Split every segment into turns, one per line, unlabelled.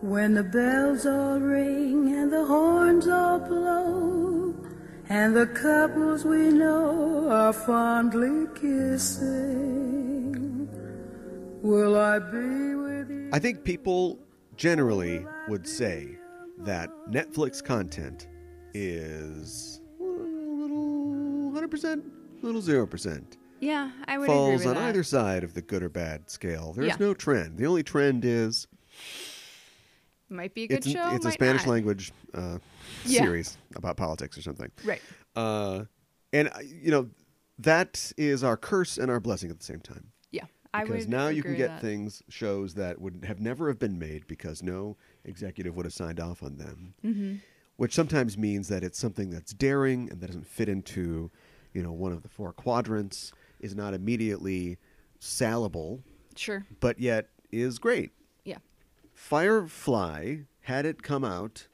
When the bells all ring and the horns all blow, and the couples we know are fondly kissing, will I be with you?
I think people generally would say that Netflix content is a little 100%, a little 0%.
Yeah, I would agree
Falls
with
on
that.
either side of the good or bad scale. There's
Yeah.
no trend. The only trend is
Might be a good
it's,
show.
it's a
might
Spanish
not.
language uh,
Yeah.
series about politics or something.
Right.
Uh, and, uh, you know, that is our curse and our blessing at the same time.
Yeah. I
because
would
now you can
agree with
get
that.
things shows that would have never have been made because no executive would have signed off on them
Mm-hmm.
which sometimes means that it's something that's daring and that doesn't fit into you know one of the four quadrants is not immediately salable
Sure.
but yet is great
Yeah.
firefly had it come out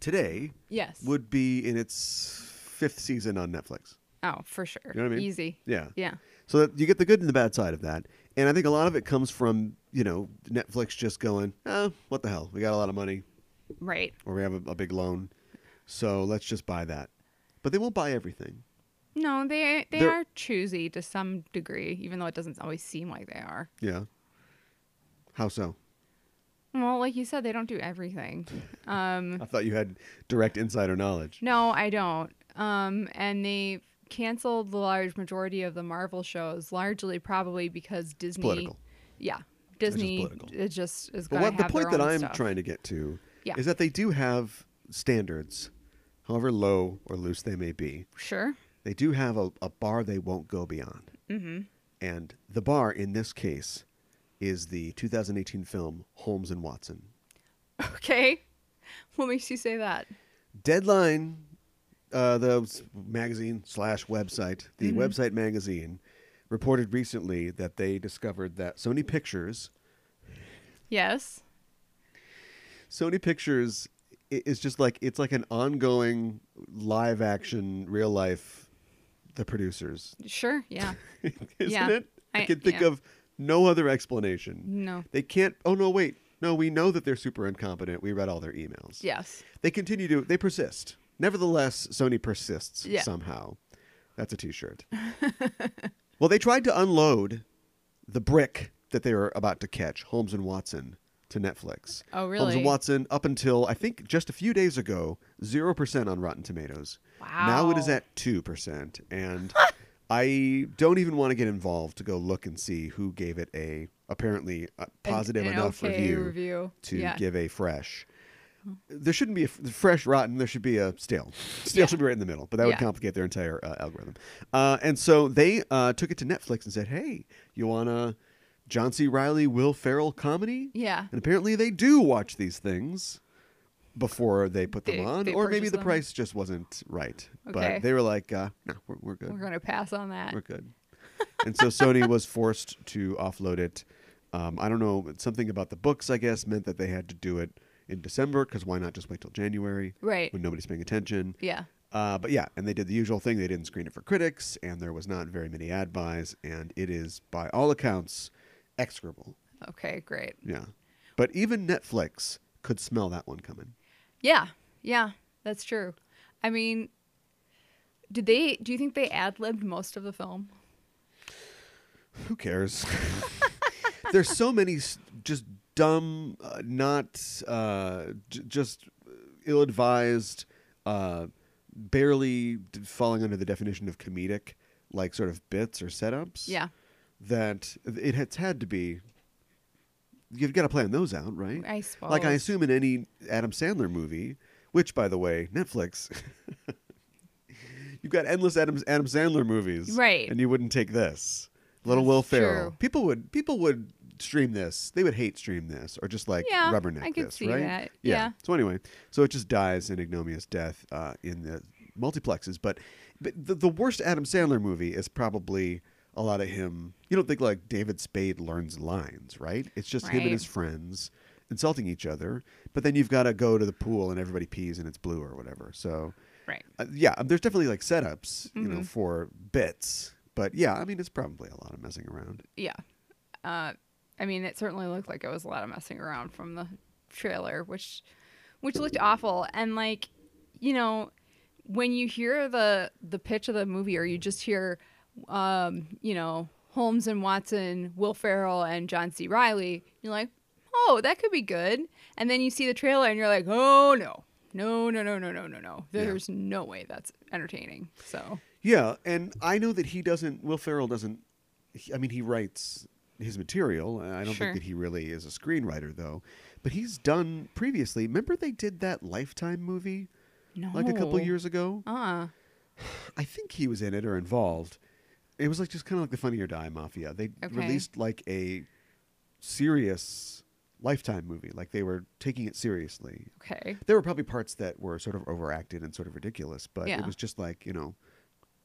today
Yes.
would be in its fifth season on netflix
Oh, for sure.
you know what i mean
Easy.
yeah
Yeah.
so that you get the good and the bad side of that. And I think a lot of it comes from, you know, Netflix just going, oh, what the hell? We got a lot of money
Right.
or we have a, a big loan. So let's just buy that. But they won't buy everything.
No, they they
They're-
are choosy to some degree, even though it doesn't always seem like they are.
Yeah. How so?
Well, like you said, they don't do everything. Um,
I thought you had direct insider knowledge.
no, I don't. Um, and they canceled the large majority of the Marvel shows, largely probably because Disney.
political.
Yeah, Disney.
political.
It just is
But
going to
what
have
the point
their
that
own
I'm
stuff.
trying to get to
Yeah.
is that they do have standards, however low or loose they may be.
Sure.
they do have a, a bar they won't go beyond. Mm-hmm. And the bar in this case is the 2018 film Holmes and Watson.
Okay. What makes you say that?
Deadline, uh, the s- magazine slash website, the website magazine, reported recently that they discovered that Sony Pictures,
Yes.
Sony Pictures i- is just like it's like an ongoing live action real life. The producers,
Sure. Yeah.
isn't
Yeah.
it? I,
I-
can think
yeah.
of no other explanation.
No.
They can't. Oh no, wait. No, we know that they're super incompetent. We read all their emails.
Yes.
They continue to. They persist. Nevertheless, Sony persists
Yeah.
somehow. That's a T-shirt. well, they tried to unload the brick that they were about to catch, Holmes and Watson, to Netflix.
Oh,
Holmes
really?
and Watson, up until I think just a few days ago, zero percent on Rotten Tomatoes. Now it is
Wow.
at two percent, and I don't even want to get involved to go look and see who gave it a apparently a positive
an
enough
okay
review,
review.
to
Yeah.
give a fresh. There shouldn't be a f- fresh rotten. There should be a stale. Stale
Yeah.
should be right in the middle, but that would
Yeah.
complicate their entire uh, algorithm. Uh, and so they uh, took it to Netflix and said, "Hey, you want a John C. Riley, Will Ferrell comedy?"
Yeah.
And apparently they do watch these things before they put them
They-
on,
they
or maybe
purchase
the
them?
price just wasn't right.
Okay.
But they were like, uh, no, we're, we're good.
We're going to pass on that.
We're good. and so Sony was forced to offload it. Um, I don't know, but something about the books, I guess, meant that they had to do it in December because why not just wait till January
Right.
when nobody's paying attention?
Yeah.
Uh, but yeah, and they did the usual thing. They didn't screen it for critics, and there was not very many ad buys, and it is, by all accounts, execrable.
Okay, great.
Yeah. But even Netflix could smell that one coming.
Yeah. Yeah, that's true. I mean, did they do you think they ad-libbed most of the film?
Who cares? There's so many s- just dumb, uh, not uh, j- just ill advised, uh, barely d- falling under the definition of comedic, like sort of bits or setups.
Yeah.
That it has had to be. You've got to plan those out, right? Like
I
I
suppose.
assume in any Adam Sandler movie, which by the way, Netflix. You've got endless Adam Adam Sandler movies,
Right.
And you wouldn't take this little
That's
Will Ferrell.
true.
People would people would stream this. They would hate stream this or just like
Yeah,
rubberneck
I could
this,
see
right?
that. Yeah.
So anyway, so it just dies an ignominious death uh, in the multiplexes. But, but the, the worst Adam Sandler movie is probably a lot of him. You don't think like David Spade learns lines, right? It's just him and
Right.
his friends insulting each other. But then you've got to go to the pool and everybody pees and it's blue or whatever. So
Right.
uh, yeah, there's definitely like setups, you know, for bits. But yeah, I mean, it's probably a lot of messing around.
Yeah. Uh I mean, it certainly looked like it was a lot of messing around from the trailer, which which looked awful. And like, you know, when you hear the the pitch of the movie, or you just hear, um, you know, Holmes and Watson, Will Ferrell and John C. Riley, you're like, oh, that could be good. And then you see the trailer, and you're like, oh no. No, no, no, no, no, no, no.
Yeah.
There's no way that's entertaining. So,
Yeah, and I know that he doesn't. Will Ferrell doesn't. he- I mean, he writes his material. I don't
Sure.
think that he really is a screenwriter, though. But he's done previously. Remember, they did that Lifetime movie
no.
like a couple years ago.
Uh,
I think he was in it or involved. It was like just kind of like the Funny or Die Mafia. They
Okay.
released like a serious Lifetime movie. Like they were taking it seriously.
okay.
There were probably parts that were sort of overacted and sort of ridiculous, but
Yeah.
it was just like you know,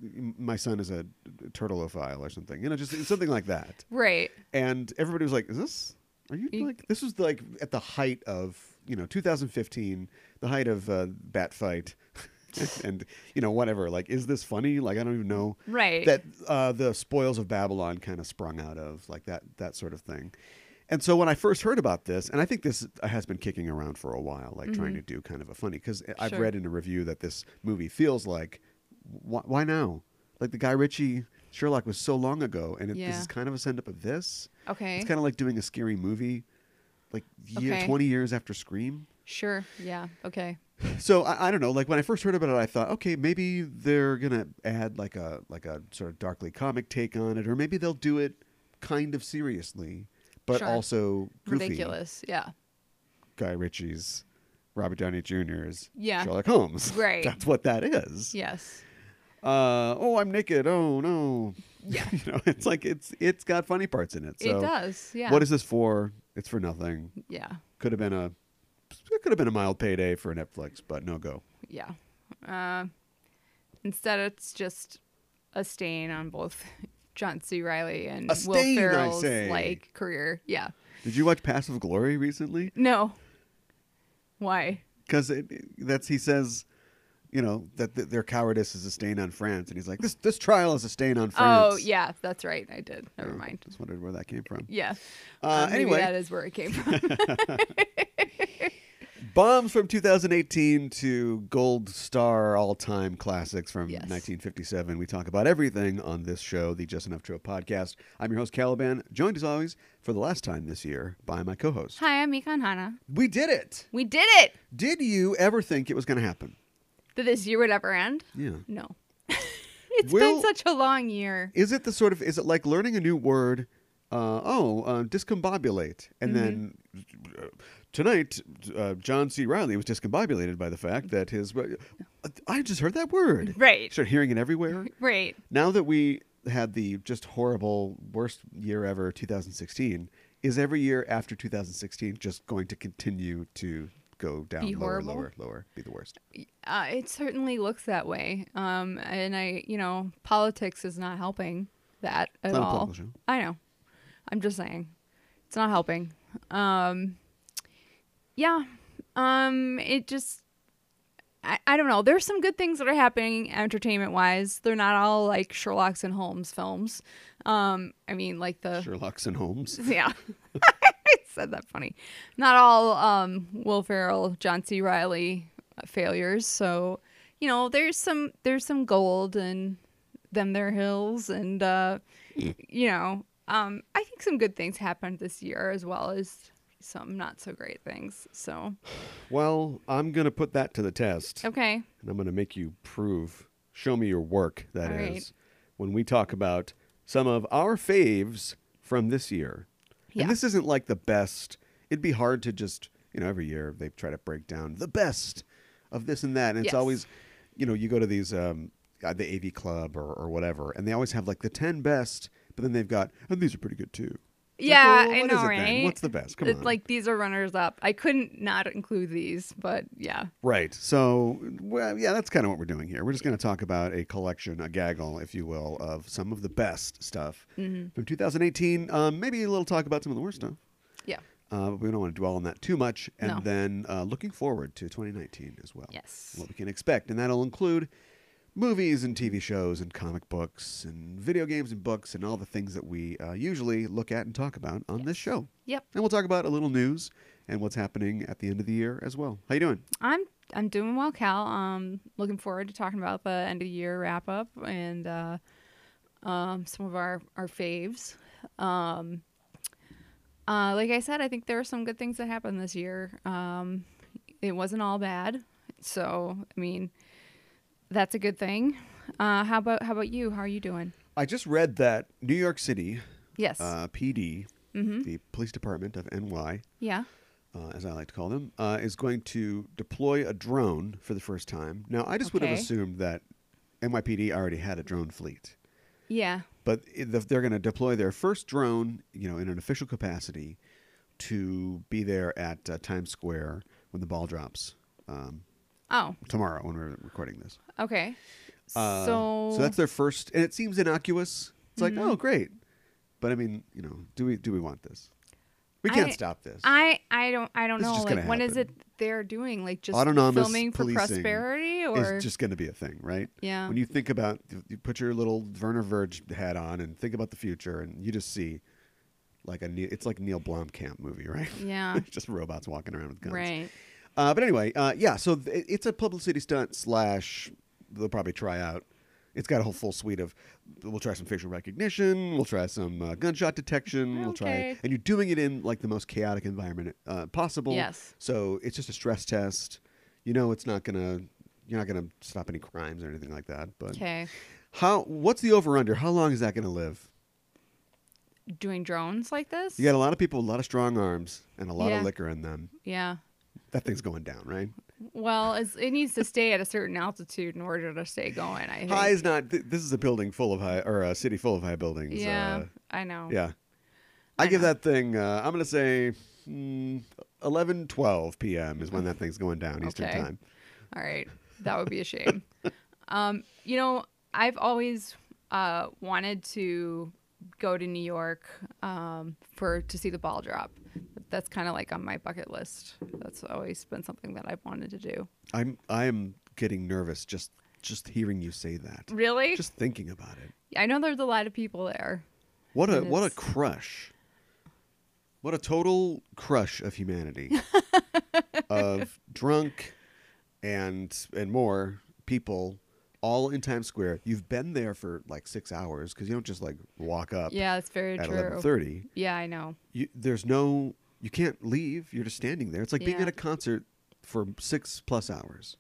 m- my son is a turtleophile or something. You know, just something like that.
Right.
And everybody was like, "Is this? Are you,
You-
like this was like at the height of you know 2015, the height of uh, bat fight." and you know whatever like is this funny like i don't even know
Right.
that uh, the spoils of babylon kind of sprung out of like that that sort of thing and so when i first heard about this and i think this has been kicking around for a while like trying to do kind of a funny because i've
Mm-hmm. Sure.
read in a review that this movie feels like wh- why now like the guy ritchie sherlock was so long ago and it,
Yeah.
this is kind of a send up of this
Okay.
it's kind of like doing a scary movie like year,
Okay.
20 years after scream
Sure. Yeah. Okay.
so I, I don't know. Like when I first heard about it, I thought, okay, maybe they're gonna add like a like a sort of darkly comic take on it, or maybe they'll do it kind of seriously, but
Sure.
also goofy.
Ridiculous. Yeah.
Guy Ritchie's, Robert Downey Jr.'s,
Yeah.
Sherlock Holmes.
Right.
That's what that is.
Yes.
Uh, oh, I'm naked. Oh no.
Yeah.
you know, it's like it's it's got funny parts in it. So
it does. Yeah.
What is this for? It's for nothing.
Yeah.
Could have been a it could have been a mild payday for Netflix, but no go.
Yeah. Uh, instead, it's just a stain on both John C. Riley and
A stain, I
Will Ferrell's
say.
like career. Yeah.
Did you watch Passive Glory recently?
No. Why?
Because that's he says, you know that th- their cowardice is a stain on France, and he's like, this this trial is a stain on France.
Oh, yeah. That's right. I did. Never
Yeah,
mind.
Just wondered where that came from.
Yeah.
Uh,
maybe
anyway.
that is where it came from.
Bombs from 2018 to gold star all time classics from
Yes.
1957. We talk about everything on this show, the Just Enough Show podcast. I'm your host Caliban, joined as always for the last time this year by my co-host.
Hi, I'm Mikan Hana.
We did it.
We did it.
Did you ever think it was going to happen?
That this year would ever end?
Yeah.
No. it's
Will-
been such a long year.
is it the sort of is it like learning a new word uh, oh uh, discombobulate and
Mm-hmm.
then uh, tonight uh, john c riley was discombobulated by the fact that his uh, i just heard that word
Right.
start hearing it everywhere
Right.
now that we had the just horrible worst year ever 2016 is every year after 2016 just going to continue to go down
Be
lower
horrible?
lower lower be the worst
Uh, it certainly looks that way. Um, and I, you know, politics is not helping that at
not a
all.
political show.
I know. I'm just saying, it's not helping. Um, yeah. Um, it just, I, I don't know. There's some good things that are happening entertainment wise. They're not all like Sherlock's and Holmes films. Um, I mean, like the
sherlock's and holmes
yeah. I said that funny. Not all um, Will Ferrell, John C. Riley uh, failures. So, you know, there's some there's some gold and them their hills and uh, you know, um, I think some good things happened this year as well as some not so great things. So,
well i'm gonna put that to the test
okay.
and I'm going to make you prove, show me your work, That is,
All right.
when we talk about some of our faves from this year.
Yeah.
And this isn't like the best. It'd be hard to just, you know, every year they try to break down the best of this and that. And it's
Yes.
always, you know, you go to these, um, uh, the AV Club or, or whatever, and they always have like the 10 best, but then they've got, and these are pretty good too. It's like,
Yeah,
well,
I
what
know,
is it then?
right?
What's the best? Come
It-
on.
Like these are runners up. I couldn't not include these, but yeah.
Right. So, well, yeah, that's kind of what we're doing here. We're just going to talk about a collection, a gaggle, if you will, of some of the best stuff
Mm-hmm.
from 2018. Um, maybe a little talk about some of the worst stuff.
Yeah.
Uh, but we don't want to dwell on that too much. And
No.
then uh, looking forward to 2019 as well.
Yes.
What we can expect. And that'll include movies and TV shows and comic books and video games and books and all the things that we uh, usually look at and talk about on this show.
Yep.
And we'll talk about a little news and what's happening at the end of the year as well. How you doing?
I'm I'm doing well, Cal. Um, looking forward to talking about the end of year wrap up and uh, um, some of our our faves. Um, uh, like I said, I think there are some good things that happened this year. Um, it wasn't all bad, so I mean, that's a good thing. Uh, how about how about you? How are you doing?
I just read that New York City
Yes.
uh, PD, the police department of NY,
yeah.
uh, as I like to call them, uh, is going to deploy a drone for the first time. Now, I just would have
Okay.
assumed that NYPD already had a drone fleet,
Yeah.
but i- the- they're going to deploy their first drone, you know, in an official capacity, to be there at uh, Times Square when the ball drops um,
Oh.
tomorrow when we're recording this.
Okay.
Uh,
so. Mm-hmm.
that's their first, and it seems innocuous. It's like, oh, great, but I mean, you know, do we do we want this? We can't
I-
stop this.
I I don't I don't
This is
know.
just
Like
gonna
when is it
happen.
they're doing like just
Autonomous
filming for
policing
prosperity or
It's just going to be a thing, right?
Yeah.
When you think about, you put your little Werner Verge hat on and think about the future, and you just see, like a, Ne- it's like Neil Blomkamp movie, right?
Yeah.
just robots walking around with guns.
right.
Uh, but anyway, uh, yeah. So th- it's a publicity stunt slash. They'll probably try out. It's got a whole full suite of. We'll try some facial recognition. We'll try some uh, gunshot detection. We'll try,
Okay.
and you're doing it in like the most chaotic environment uh, possible.
Yes.
So it's just a stress test. You know, it's not gonna. You're not gonna stop any crimes or anything like that. But
Okay.
how? What's the over under? How long is that gonna live?
Doing drones like this?
You got a lot of people, a lot of strong arms, and a lot
Yeah.
of liquor in them.
Yeah.
That thing's going down, right?
Well, it's, it needs to stay at a certain altitude in order to stay going. I think.
High is not. Th- this is a building full of high, or a city full of high buildings.
yeah,
uh,
I know.
yeah. I, give that thing. Uh, I'm gonna say mm, 11, 12 p.m. is when that thing's going down Eastern
Okay.
time.
All right. That would be a shame. um, you know, I've always uh, wanted to go to New York um, for to see the ball drop. That's kind of like on my bucket list. That's always been something that I've wanted to do.
I'm. I am getting nervous just just hearing you say that.
Really?
Just thinking about it.
I know there's a lot of people there.
What a
And
what a
it's-
crush. What a total crush of humanity. of drunk and and more people all in Times Square. You've been there for like 6 hours cuz you don't just like walk up
Yeah, that's very
at
true.
11:30.
Yeah, I know.
You there's no you can't leave. You're just standing there. It's like being
Yeah.
at a concert for 6 plus hours.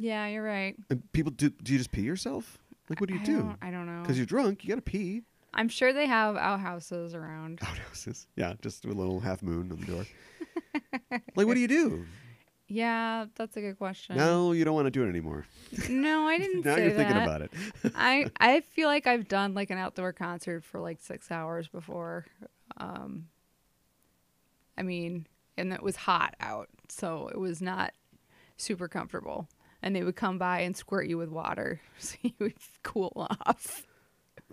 Yeah, you're right.
And people do do you just pee yourself? Like what do you
I
do?
Don't, I don't know.
Cuz you're drunk, you got to pee.
I'm sure they have outhouses around.
outhouses. Yeah, just a little half moon on the door. like, what do you do?
Yeah, that's a good question.
No, you don't want to do it anymore.
No, I didn't
now
say
you're thinking
that.
about it.
I I feel like I've done like an outdoor concert for like six hours before. Um, I mean, and it was hot out, so it was not super comfortable. And they would come by and squirt you with water, so you would cool off.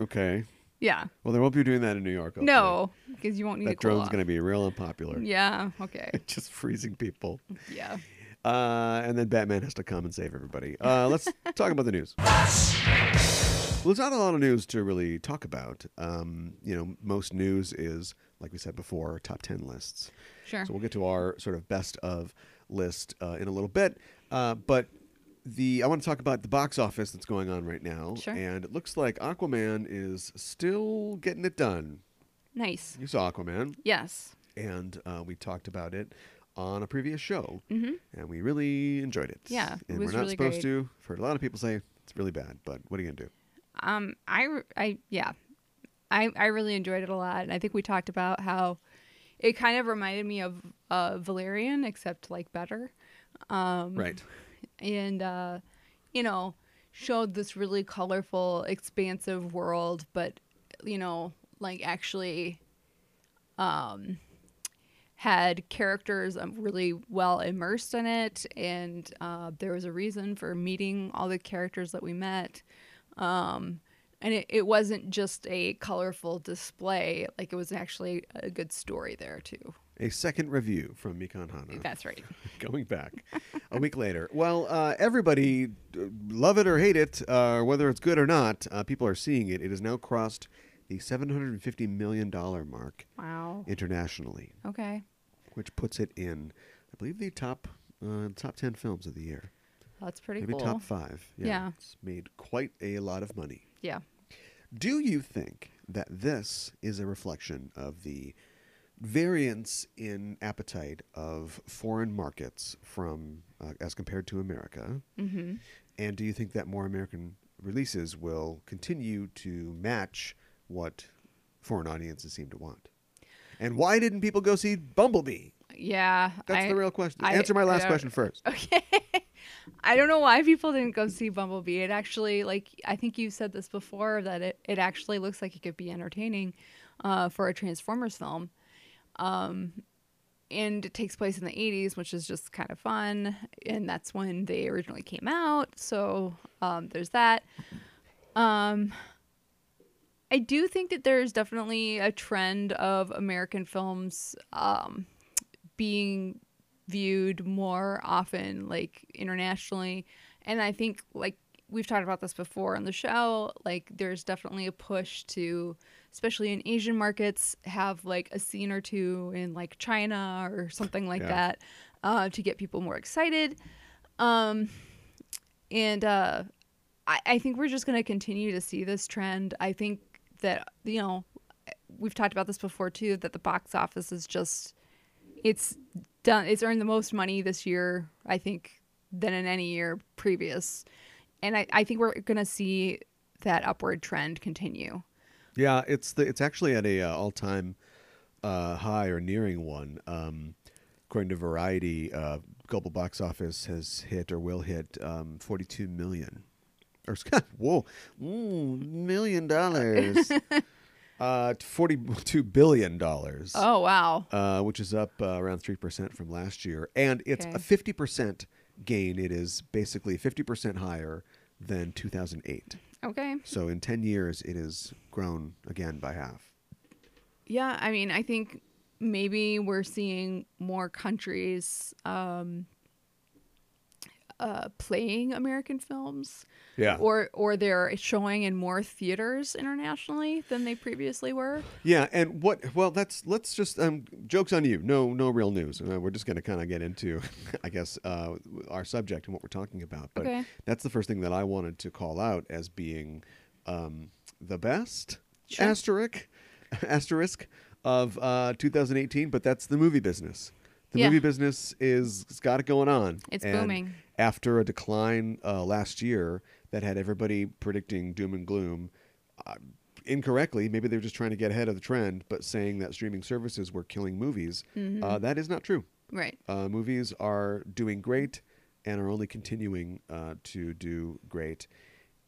Okay.
Yeah,
Well, they won't be doing that in New York. hopefully.
no, because you won't need
That
to cool
drone's
off.
going to be real unpopular.
Yeah. Okay.
just freezing people.
Yeah.
Uh, and then Batman has to come and save everybody. Uh, let's talk about the news. Well, there's not a lot of news to really talk about. Um, you know, most news is, like we said before, top 10 lists.
Sure.
So we'll get to our sort of best of list uh, in a little bit. Uh, but the I want to talk about the box office that's going on right now,
Sure.
and it looks like Aquaman is still getting it done.
Nice.
You saw Aquaman,
Yes.
and uh, we talked about it on a previous show, mm-hmm. and we really enjoyed it.
Yeah, it
and
was
we're not
really
supposed
great.
to. I've heard a lot of people say it's really bad, but what are you gonna do?
Um, I, re- I, yeah, I, I really enjoyed it a lot, and I think we talked about how it kind of reminded me of uh, Valerian, except like better, Um,
Right.
and uh, you know, showed this really colorful, expansive world, but you know, like actually, um, had characters um, really well immersed in it, and uh, there was a reason for meeting all the characters that we met Um, and it, it wasn't just a colorful display like it was actually a good story there too
A second review from Mikan Hana.
that's right
going back a week later. Well, uh, everybody, uh, love it or hate it, uh, whether it's good or not, uh, people are seeing it. It has now crossed the $750 million mark
wow
internationally.
okay
which puts it in, I believe, the top uh, top ten films of the year,
That's pretty
maybe
cool.
top five.
Yeah.
it's made quite a lot of money.
Yeah.
Do you think that this is a reflection of the variance in appetite of foreign markets from uh, as compared to America?
Mm-hmm.
And do you think that more American releases will continue to match what foreign audiences seem to want? And why didn't people go see Bumblebee?
Yeah.
That's
I-
the real question.
I-
Answer my
I
last
don't-
question first.
Okay. I don't know why people didn't go see Bumblebee. It actually, like, I think you said this before that it, it actually looks like it could be entertaining uh, for a Transformers film. Um, and it takes place in the 80s, which is just kind of fun. And that's when they originally came out. So um, there's that. Um, I do think that there's definitely a trend of American films um, being viewed more often like internationally and i think like we've talked about this before on the show like there's definitely a push to especially in asian markets have like a scene or two in like china or something like
Yeah.
that uh, to get people more excited um and uh I, I think we're just going to continue to see this trend i think that you know we've talked about this before too that the box office is just it's done it's earned the most money this year i think than in any year previous and i, I think we're going to see that upward trend continue
Yeah, it's the it's actually at a uh, all time uh, high or nearing one. Um, according to Variety, uh, global box office has hit or will hit um, forty two million. Or whoa, mm, million dollars. uh, forty two billion dollars.
oh wow
Uh, which is up uh, around 3% from last year. And it's
Okay.
a 50% gain. It is basically 50% higher than 2008.
okay
So in 10 years, it has grown again by half.
yeah i mean i think maybe we're seeing more countries um uh, playing American films,
Yeah.
or or they're showing in more theaters internationally than they previously were.
yeah. And what, well, that's, let's just, um, jokes on you. No, no real news. Uh, we're just going to kind of get into, I guess, uh, our subject and what we're talking about. But
Okay.
that's the first thing that I wanted to call out as being um, the best
Sure.
asterisk asterisk of uh, 2018. But that's the movie business. The
Yeah.
movie business is it's got it going on.
It's
And
booming.
After a decline uh, last year that had everybody predicting doom and gloom. Uh, incorrectly maybe they were just trying to get ahead of the trend but saying that streaming services were killing movies
Mm-hmm.
uh, that is not true
Right.
uh, movies are doing great and are only continuing uh, to do great.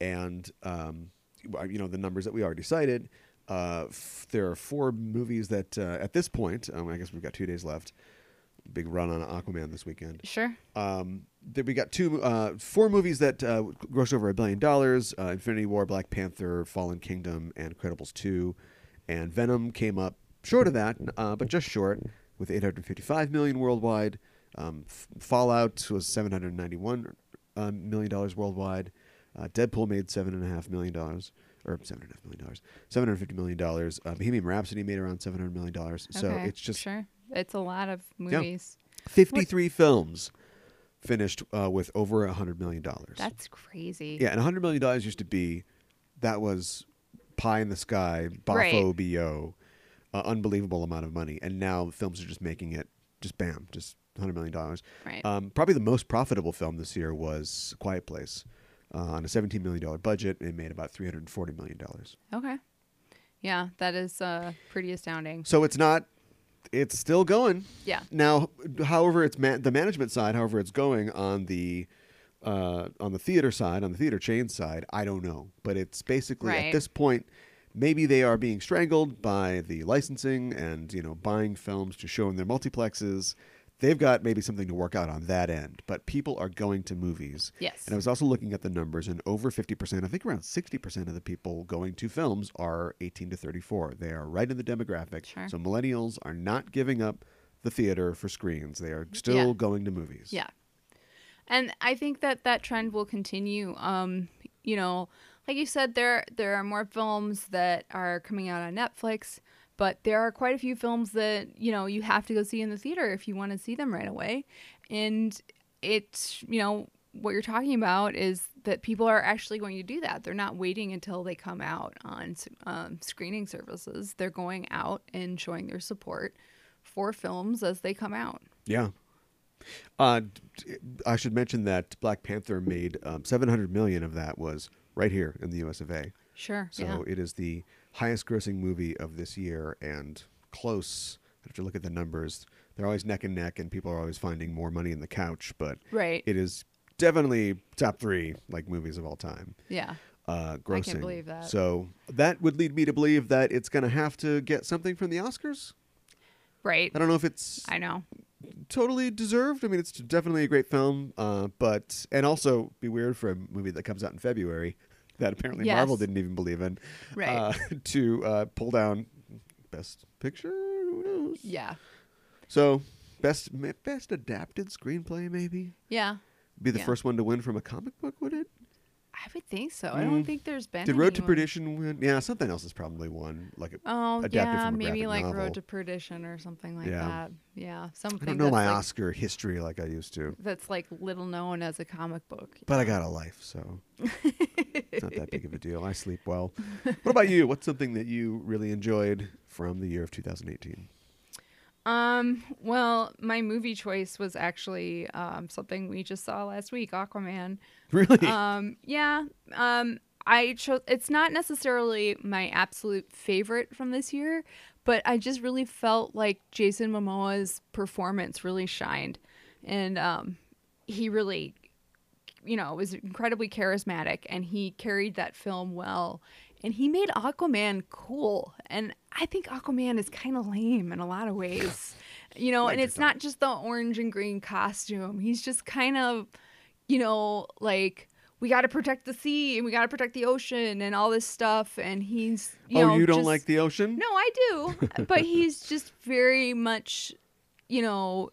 And, um, well, you know, the numbers that we already cited, uh, f- there are four movies that, uh, at this point, um, I guess we've got two days left, big run on Aquaman this weekend.
Sure.
Um, that we got two, uh, four movies that uh, grossed over a billion dollars: uh, Infinity War, Black Panther, Fallen Kingdom, and Credibles Two. And Venom came up short of that, uh, but just short, with 855 million worldwide. Um, F- Fallout was 791 uh, million dollars worldwide. Uh, Deadpool made seven and a half million dollars, or seven and a half million dollars, seven hundred fifty million dollars. Uh, Bohemian Rhapsody made around seven hundred million dollars. So
Okay,
it's just
sure. It's a lot of movies.
53 films finished uh, with over a $100 million.
That's crazy.
yeah, and $100 million used to be, that was pie in the sky, boffo
Right.
BO, uh, unbelievable amount of money. And now films are just making it, just bam, just $100 million.
Right.
Um, probably the most profitable film this year was Quiet Place. Uh, on a $17 million budget, it made about $340 million.
Okay. Yeah, that is uh, pretty astounding.
So it's not, it's still going.
Yeah.
Now, however, it's ma- the management side. However, it's going on the uh, on the theater side, on the theater chain side. I don't know, but it's basically at
Right.
this point, maybe they are being strangled by the licensing and you know buying films to show in their multiplexes. They've got maybe something to work out on that end, but people are going to movies.
Yes.
And I was also looking at the numbers, and over 50%, I think around 60% of the people going to films are 18 to 34. They are right in the demographic.
Sure.
So millennials are not giving up the theater for screens. They are still
Yeah.
going to movies.
Yeah. And I think that that trend will continue. Um, you know, like you said, there there are more films that are coming out on Netflix, But there are quite a few films that, you know, you have to go see in the theater if you want to see them right away. And it's, you know, what you're talking about is that people are actually going to do that. They're not waiting until they come out on um, screening services. They're going out and showing their support for films as they come out.
Yeah. Uh, d- I should mention that Black Panther made um, 700 million of that was right here in the U.S. of A.
Sure.
So
yeah.
it is the highest grossing movie of this year and close. I have to look at the numbers. They're always neck and neck, and people are always finding more money in the couch, but
Right.
it is definitely top three like movies of all time.
yeah.
Uh, grossing.
believe that.
So that would lead me to believe that it's going to have to get something from the Oscars.
Right.
I don't know if it's
I know.
totally deserved. I mean, it's definitely a great film, uh, but and also be weird for a movie that comes out in February that apparently
Yes.
Marvel didn't even believe in,
Right.
Uh, to uh, pull down best picture. Who knows?
Yeah.
So best ma- best adapted screenplay maybe
Yeah.
be the
Yeah.
first one to win from a comic book, would it?
I would think so. I don't think there's been.
Mm. Did Road to
anyone-
Perdition win? Yeah, something else is probably won. Like a-
Oh
adapted
yeah,
from a
maybe
graphic
like
novel.
Road to Perdition or something like
Yeah.
that. Yeah, something.
I don't know
that's
my
like,
Oscar history like I used to,
That's like little known as a comic book.
but I got a life, so. It's not that big of a deal. I sleep well. What about you? What's something that you really enjoyed from the year of 2018?
Um. Well, my movie choice was actually um, something we just saw last week, Aquaman.
Really?
um yeah um i chose it's not necessarily my absolute favorite from this year but i just really felt like jason momoa's performance really shined and um he really you know was incredibly charismatic and he carried that film well and he made aquaman cool and i think aquaman is kind of lame in a lot of ways you know and it's not just the orange and green costume he's just kind of you know, like we got to protect the sea and we got to protect the ocean and all this stuff. And he's, you
oh,
know,
you don't
just-
like the ocean?
No, I do, but he's just very much, you know,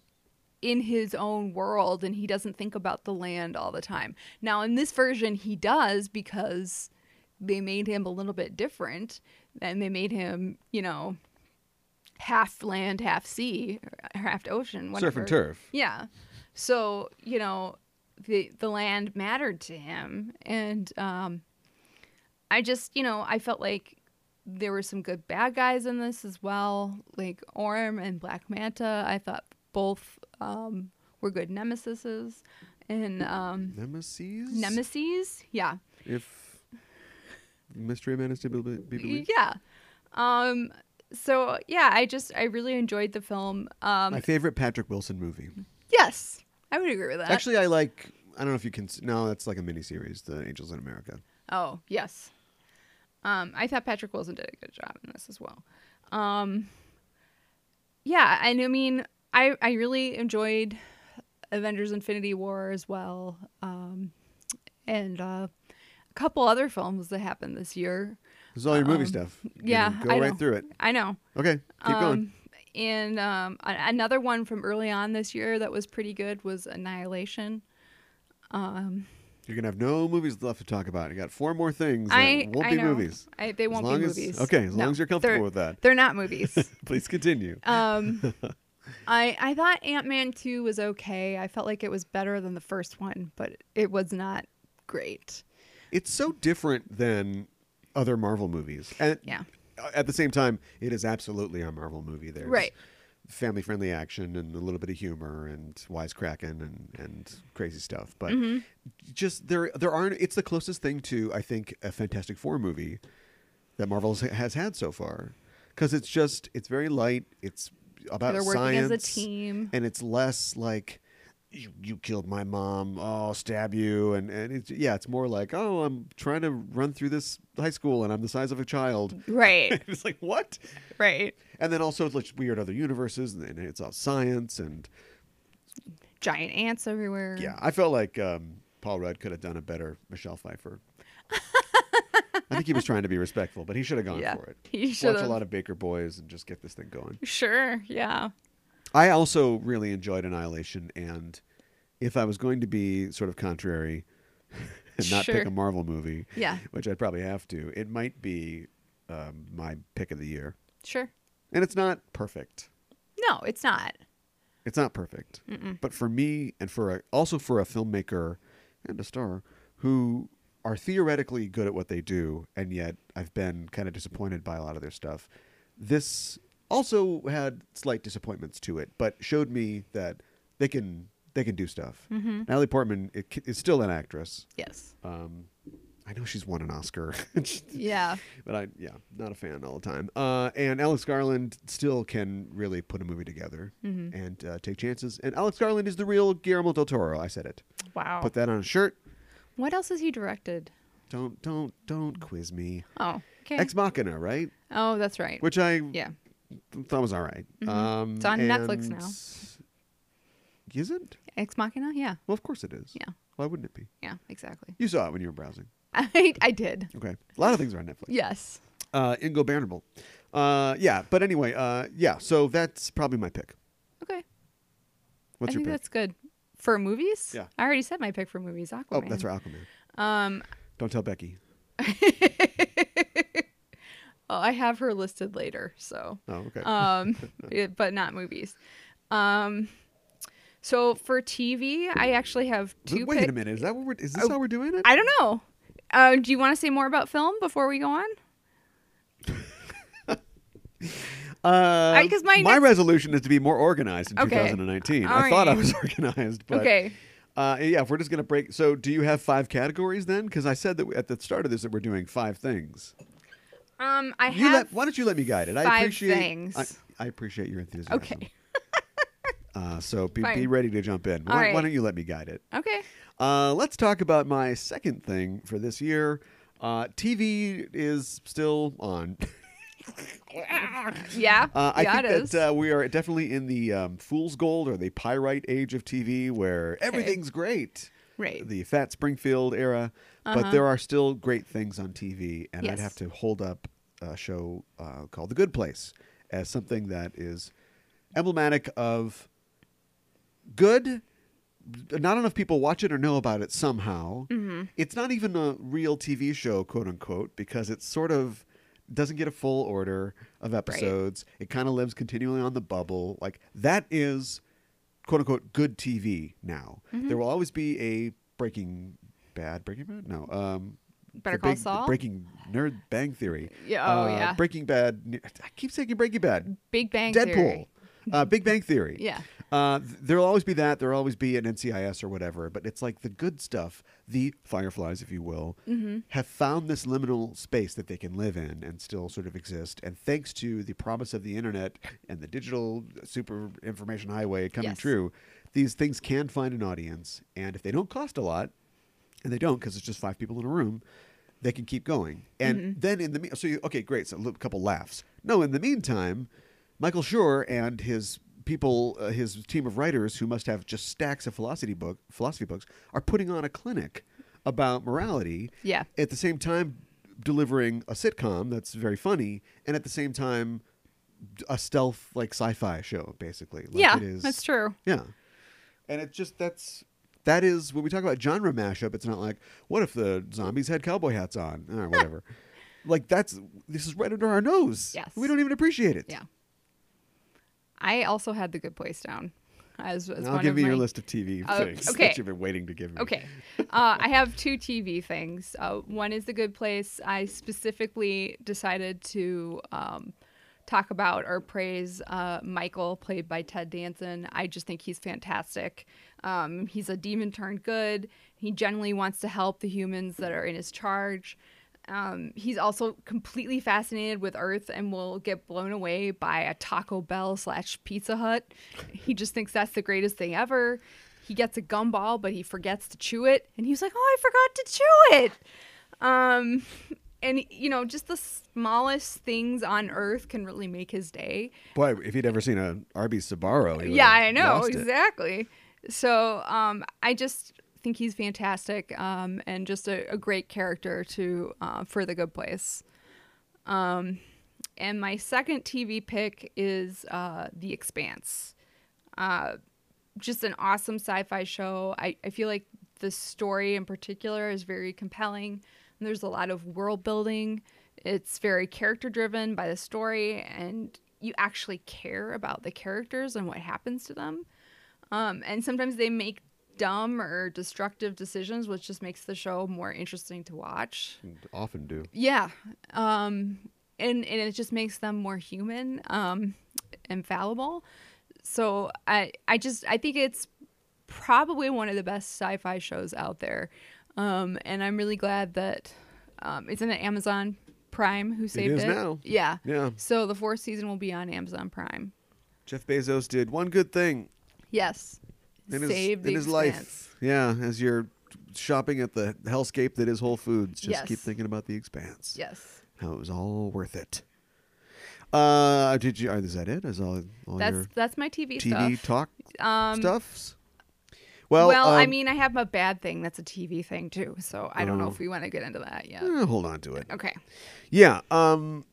in his own world, and he doesn't think about the land all the time. Now, in this version, he does because they made him a little bit different, and they made him, you know, half land, half sea, or half ocean, whatever.
Surf and turf.
Yeah. So, you know, the the land mattered to him and um I just, you know, I felt like there were some good bad guys in this as well, like Orm and Black Manta. I thought both um were good nemesises and um
Nemesis?
nemesis. Yeah.
If Mystery of Menace to be, be believed.
Yeah. Um so yeah, I just I really enjoyed the film. Um
My favorite Patrick Wilson movie.
yes. I would agree with that.
Actually, I like. I don't know if you can. s- No, that's like a miniseries, The Angels in America.
Oh, yes. Um, I thought Patrick Wilson did a good job in this as well. Um, yeah, and I mean, I, I really enjoyed Avengers Infinity War as well. Um, and uh, a couple other films that happened this year.
This is all your movie stuff. You
yeah,
can Go
I
right
know.
through it.
I know.
Okay, keep going.
Um, and um, a- another one from early on this year that was pretty good was Annihilation.
You're going to have no movies left to talk about. You got four more things that
I
won't
I
be
know.
movies.
I, they won't
long
be
as-
movies.
okay, as long as you're comfortable
they're-
with that.
They're not movies.
Please continue.
Um, I I thought Ant Man two was okay. I felt like it was better than the first one, but it was not great.
it's so different than other Marvel movies. And
Yeah.
at the same time, it is absolutely a Marvel movie. There's
Right.
family friendly action and a little bit of humor and wisecracking and, and crazy stuff. But
Mm-hmm.
just there there aren't it's the closest thing to, I think, a Fantastic Four movie that Marvel has- has had so far. Because it's just it's very light, it's about
They're working
Uh, science
as a team.
and it's less like you, you killed my mom oh I'll stab you and, and it's yeah it's more like oh i'm trying to run through this high school and i'm the size of a child
Right,
it's like what
right.
and then also it's like weird other universes and then it's all science and
Giant ants everywhere.
yeah i felt like um, paul rudd could have done a better michelle pfeiffer i think he was trying to be respectful but he should have gone
Yeah,
for it
he
watch
should've.
a lot of baker boys and just get this thing going
Sure. Yeah.
I also really enjoyed Annihilation, and if I was going to be sort of contrary and not
Sure.
pick a Marvel movie,
Yeah.
which I'd probably have to, it might be um, my pick of the year.
Sure.
And it's not perfect.
No, it's not.
It's not perfect. But for me, and for a, also for a filmmaker and a star who are theoretically good at what they do, and yet I've been kind of disappointed by a lot of their stuff. This also had slight disappointments to it, but showed me that they can they can do stuff. Natalie Portman i- is still an actress.
Yes.
Um, I know she's won an Oscar.
Yeah.
but I yeah, not a fan all the time. Uh, and Alex Garland still can really put a movie together
Mm-hmm.
and uh, take chances. And Alex Garland is the real Guillermo del Toro. I said it.
Wow.
Put that on a shirt.
what else has he directed?
Don't don't don't quiz me.
Oh, okay.
Ex Machina, right?
oh, that's right.
Which I
yeah. Mm-hmm.
thought was all right. Um,
It's on Netflix
and- Is it?
Ex Machina? Yeah.
Well, of course it is.
Yeah.
Why wouldn't it be?
Yeah, exactly.
You saw it when you were browsing.
I I did.
Okay. A lot of things are on Netflix.
Yes.
Uh, Ingo Bandermal. Uh, yeah. But anyway, uh, yeah. So that's probably my pick.
Okay.
What's
I
your
think
pick?
that's good. For movies?
Yeah.
I already said my pick for movies, Aquaman.
Oh, that's right, Aquaman.
Um
Don't tell Becky.
oh, I have her listed later, so
Oh, okay.
um it- but not movies. Um so for TV, I actually have two
Wait
pick-
a minute. Is that what we're? Is this how we're doing it?
I don't know. Uh, do you want to say more about film before we go on?
Uh,
I- 'cause my next-
resolution is to be more organized in
Okay.
2019. I thought I was organized, but
Okay.
Uh, yeah, if we're just gonna break. So, do you have five categories then? Because I said that we, at the start of this that we're doing five things.
Um, I
You
have
let, why don't you let me guide it? I
five
appreciate.
things.
I, I appreciate your enthusiasm.
Okay.
Uh, so be, be
Fine.
ready to jump in.
All
Why, why
right.
don't you let me guide it?
Okay.
Uh, let's talk about my second thing for this year. Uh, TV is still on.
Yeah.
Uh, I
yeah,
think
it is.
that uh, we are definitely in the um, fool's gold or the pyrite age of TV, where everything's great.
Right. Uh-huh.
The Fat Springfield era, but there are still great things on TV, and I'd
Yes.
have to hold up a show uh, called The Good Place as something that is emblematic of good. Not enough people watch it or know about it somehow.
Mm-hmm.
It's not even a real TV show, quote unquote, because it sort of doesn't get a full order of episodes. It kind of lives continually on the bubble. Like that is quote unquote good TV now.
Mm-hmm.
There will always be a Breaking Bad, Breaking Bad, no, um,
Better
the
Call
big- the
Saul?
Breaking Nerd Bang Theory.
Yeah, oh,
Uh,
yeah.
Breaking Bad. I keep saying Breaking Bad.
Big Bang
Deadpool.
Theory.
Uh, Big Bang Theory.
Yeah.
Uh, th- there'll always be that. There'll always be an NCIS or whatever. But it's like the good stuff, the fireflies, if you will,
Mm-hmm.
have found this liminal space that they can live in and still sort of exist. And thanks to the promise of the internet and the digital super information highway coming
Yes.
true, these things can find an audience. And if they don't cost a lot, and they don't because it's just five people in a room they can keep going and
Mm-hmm.
then in the me- so you, okay great so a couple laughs no in the meantime michael schur and his people uh, his team of writers who must have just stacks of philosophy book philosophy books are putting on a clinic about morality
Yeah.
at the same time delivering a sitcom that's very funny and at the same time a stealth like sci-fi show basically like
yeah,
it is
that's true.
yeah. And it's just that's that is when we talk about genre mashup, it's not like, what if the zombies had cowboy hats on? Or whatever. like that's this is right under our nose.
Yes.
We don't even appreciate it.
Yeah. I also had The Good Place down. As, as
And I'll
one
give
of
me your
my-
list of TV
Oh,
things
okay.
that you've been waiting to give me.
Okay. Uh, I have two TV things. Uh, one is The Good Place. I specifically decided to um, talk about or praise uh, Michael, played by Ted Danson. I just think he's fantastic. Um, he's a demon turned good. He generally wants to help the humans that are in his charge. Um, he's also completely fascinated with Earth and will get blown away by a Taco Bell slash Pizza Hut. He just thinks that's the greatest thing ever. He gets a gumball, but he forgets to chew it, and he's like, "Oh, I forgot to chew it." Um, and you know, just the smallest things on Earth can really make his day.
Boy, if he'd ever seen a Arby's Sabaro, he would
Yeah,
have
I know
lost it.
exactly. So um, I just think he's fantastic um, and just a, a great character to uh, for the Good Place. Um, and my second TV pick is uh, The Expanse. Uh, just an awesome sci-fi show. I, I feel like the story in particular is very compelling. And there's a lot of world building. It's very character driven by the story, and you actually care about the characters and what happens to them. Um, and sometimes they make dumb or destructive decisions, which just makes the show more interesting to watch.
Often do.
Yeah. Um, and, and it just makes them more human, um, and fallible. So I, I just, I think it's probably one of the best sci-fi shows out there. Um, and I'm really glad that, um, it's in the Amazon Prime who saved
is now.
Yeah.
Yeah.
So the fourth season will be on Amazon Prime.
Jeff Bezos did one good thing
Yes.
in his,
Save the
in his
Expanse.
life. Yeah, as you're shopping at the hellscape that is Whole Foods, just
Yes.
keep thinking about the expanse.
Yes.
How it was all worth it. Uh, did you? Is that it? Is all, all
That's
your
that's my TV,
TV
stuff.
talk
um,
stuffs?
Well, I
um,
mean, I have a bad thing that's a TV thing too, so I don't know
Oh.
if we want to get into that yet.
eh, hold on to it.
Okay.
Yeah. Um.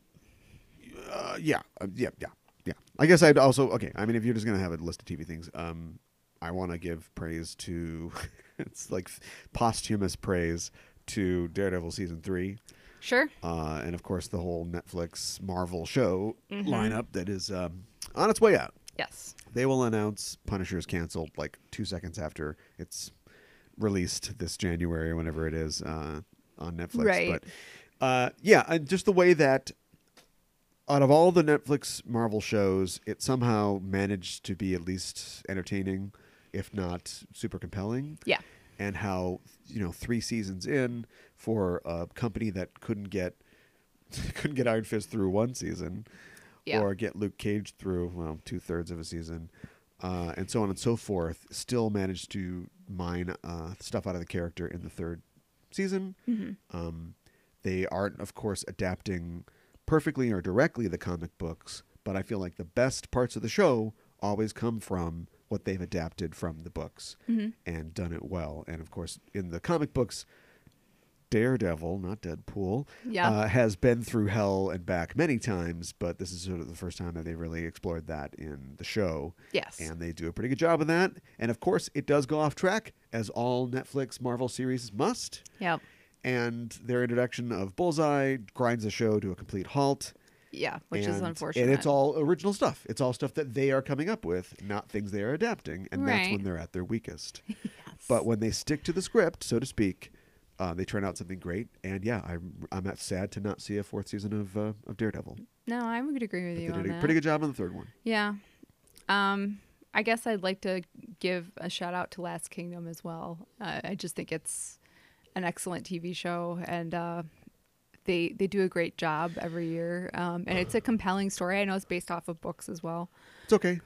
uh, yeah. uh, yeah. Yeah. Yeah. I guess I'd also okay. I mean, if you're just gonna have a list of TV things, um, I want to give praise to, it's like posthumous praise to Daredevil season three,
Sure.
uh, and of course the whole Netflix Marvel show
Mm-hmm.
lineup that is um, on its way out.
Yes.
They will announce Punisher's canceled like two seconds after it's released this January or whenever it is uh, on Netflix.
Right.
But uh, yeah, and just the way that out of all the Netflix Marvel shows, it somehow managed to be at least entertaining, if not super compelling
Yeah.
and how you know three seasons in for a company that couldn't get couldn't get Iron Fist through one season,
Yeah.
or get Luke Cage through well two thirds of a season, uh, and so on and so forth, still managed to mine uh, stuff out of the character in the third season. Um, they aren't, of course, adapting perfectly or directly the comic books, but I feel like the best parts of the show always come from what they've adapted from the books and done it well. And of course, in the comic books, Daredevil, not Deadpool,
Yeah.
uh, has been through hell and back many times, but this is sort of the first time that they really explored that in the show.
Yes.
And they do a pretty good job of that. And of course, it does go off track, as all Netflix Marvel series must
Yep.
and their introduction of Bullseye grinds the show to a complete halt.
Yeah, which is
and-
unfortunate.
And it's all original stuff. It's all stuff that they are coming up with, not things they are adapting. And that's when
Right.
they're at their weakest. But when they stick to the script, so to speak, uh, they turn out something great. And yeah, I'm, I'm not sad to not see a fourth season of, uh, of Daredevil.
No, I would agree with
But
you
they
on
did a
that.
pretty good job on the third one.
Yeah. Um, I guess I'd like to give a shout out to Last Kingdom as well. Uh, I just think it's an excellent TV show, and uh, they they do a great job every year. Um, and it's a compelling story. I know it's based off of books as well.
It's okay.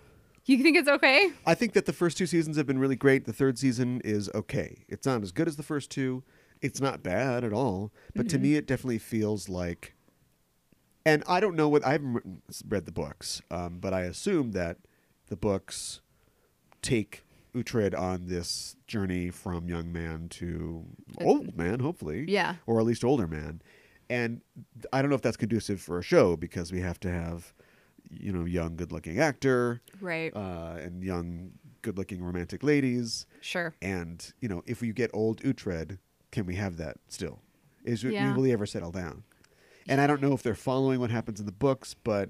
You think it's okay?
I think that the first two seasons have been really great. The third season is okay. It's not as good as the first two. It's not bad at all, but to me, it definitely feels like. And I don't know what I haven't written- read the books, um, but I assume that the books take Uhtred on this journey from young man to old man, hopefully,
Yeah.
or at least older man. And I don't know if that's conducive for a show because we have to have, you know, young, good-looking actor,
Right.
uh, and young, good-looking romantic ladies.
sure.
And you know, if you get old Utred, can we have that still? Is it-
Yeah.
will he ever settle down? And I don't know if they're following what happens in the books, but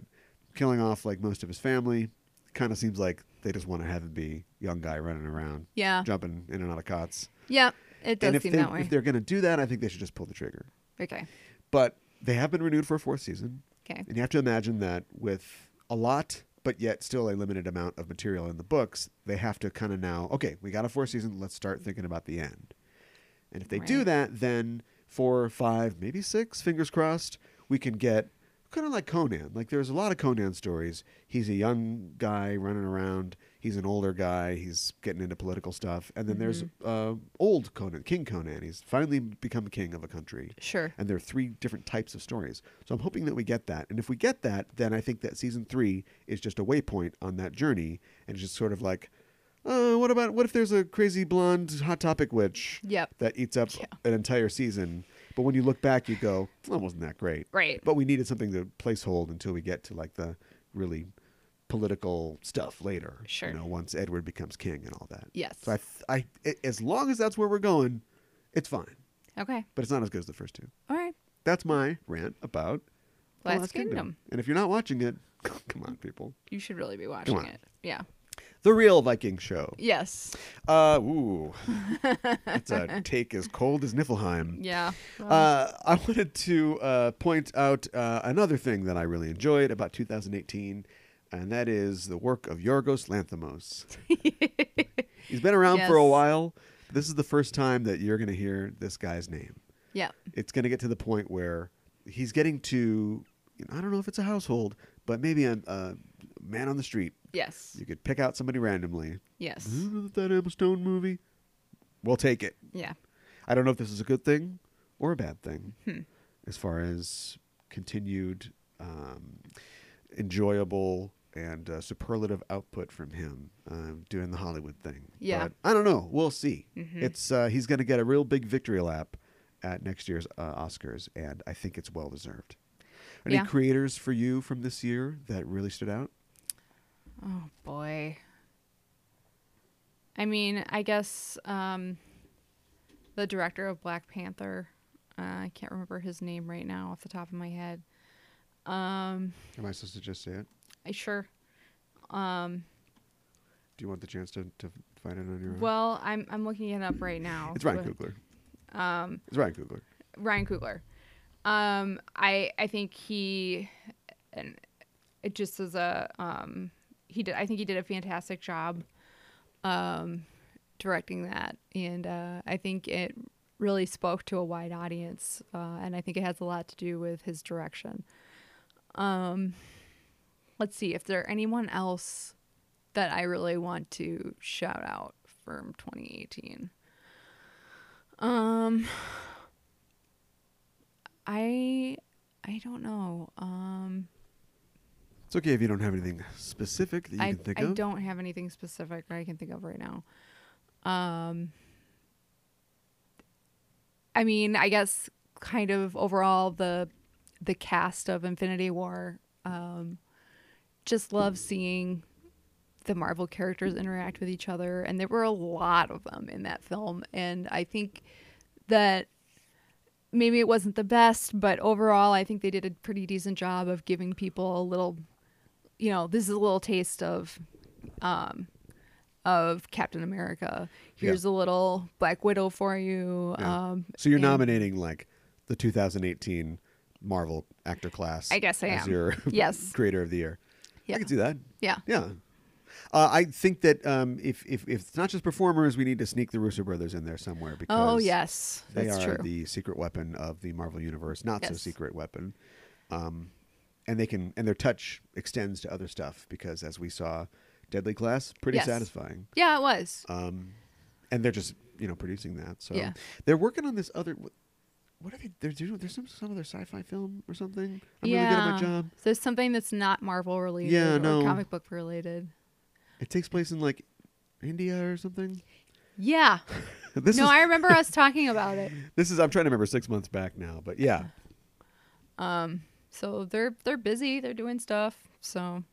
killing off like most of his family kind of seems like they just want to have him be young guy running around,
Yeah.
jumping in and out of cots.
Yeah. It
and
does
if
seem
they
that way.
if they're going to do that, I think they should just pull the trigger.
Okay.
But they have been renewed for a fourth season.
Okay.
And you have to imagine that with a lot, but yet still a limited amount of material in the books, they have to kind of now, okay, we got a four season, let's start thinking about the end. And if they do
Right.
that, then four, five, maybe six, fingers crossed, we can get kind of like Conan. Like there's a lot of Conan stories. He's a young guy running around. He's an older guy. He's getting into political stuff. And then there's
Mm-hmm.
uh, old Conan, King Conan. He's finally become king of a country
Sure.
and there are three different types of stories. So I'm hoping that we get that. And if we get that, then I think that season three is just a waypoint on that journey, and it's just sort of like, uh, what about what if there's a crazy blonde hot topic witch
Yep.
that eats up
Yeah.
an entire season? But when you look back, you go, that wasn't that great.
Right.
But we needed something to placehold until we get to like the really political stuff later.
Sure.
You know, once Edward becomes king and all that.
Yes.
So I, th- I, a- as long as that's where we're going, it's fine.
Okay.
But it's not as good as the first two.
All right.
That's my rant about
Last, Kingdom.
And if you're not watching it, come on, people.
You should really be watching
on.
it. Yeah.
The real Viking show.
Yes.
Uh, ooh, that's a take as cold as Niflheim.
Yeah. Well,
Uh, I wanted to uh, point out uh, another thing that I really enjoyed about 2018, and that is the work of Yorgos Lanthimos. He's been around for a
Yes.
while. This is the first time that you're going to hear this guy's name.
yeah.
It's going to get to the point where he's getting to, you know, I don't know if it's a household, but maybe a, a man on the street.
Yes.
You Mm-hmm. could pick out somebody randomly.
Yes.
"Remember That Emma Stone movie? We'll take it.
Yeah.
I don't know if this is a good thing or a bad thing
Hmm.
as far as continued um, enjoyable and uh, superlative output from him um, doing the Hollywood thing.
Yeah. Mm-hmm.
But I don't know. We'll see. It's uh, he's going to get a real big victory lap at next year's uh, Oscars, and I think it's well deserved. Any
Yeah.
creators for you from this year that really stood out?
Oh boy. I mean, I guess um, the director of Black Panther. Uh, I can't remember his name right now off the top of my head. Um,
Am I supposed to just say it?
I sure.
Do you want the chance to, to find it on your own?
Well, I'm I'm looking it up right now.
Mm-hmm. it's Ryan
But-
Coogler. Um, it's Ryan Coogler.
Ryan Coogler. Um, I I think he, and it just as a um, he did. I think he did a fantastic job, um, directing that, and uh, I think it really spoke to a wide audience, uh, and I think it has a lot to do with his direction. Um, let's see if there anyone else that I really want to shout out from 2018. Um. I I don't know. Um
It's okay if you don't have anything specific that you
I,
can think
I
of.
don't have anything specific that I can think of right now. Um I mean, I guess kind of overall the the cast of Infinity War um just love seeing the Marvel characters interact with each other and there were a lot of them in that film and I think that maybe it wasn't the best, but overall, I think they did a pretty decent job of giving people a little, you know, this is a little taste of, um, of Captain America. Here's a little Black Widow for you.
Yeah.
Um,
So you're
and-
nominating like the 2018 Marvel actor class.
I guess I
as
am.
your
Yes.
creator of the year.
Yeah.
I could do that.
Yeah.
Yeah. Uh, I think that um, if, if if it's not just performers, we need to sneak the Russo brothers in there somewhere because
Oh yes,
they
that's
are
true.
the secret weapon of the Marvel universe, not so
Yes.
secret weapon. Um, and they can and their touch extends to other stuff because as we saw, Deadly Class pretty
Yes.
satisfying.
yeah, it was.
um, and they're just you know producing that. So
Yeah.
they're working on this other. What, what are they? They're doing. There's some some other sci-fi film or something. I'm
yeah.
really good at my job.
There's something that's not Marvel related
Yeah,
or
no.
comic book related.
It takes place in like India or something.
Yeah.
This
no,
is
I remember us talking about it.
this is. I'm trying to remember six months back now, but yeah,
So they're they're busy. They're doing stuff. So,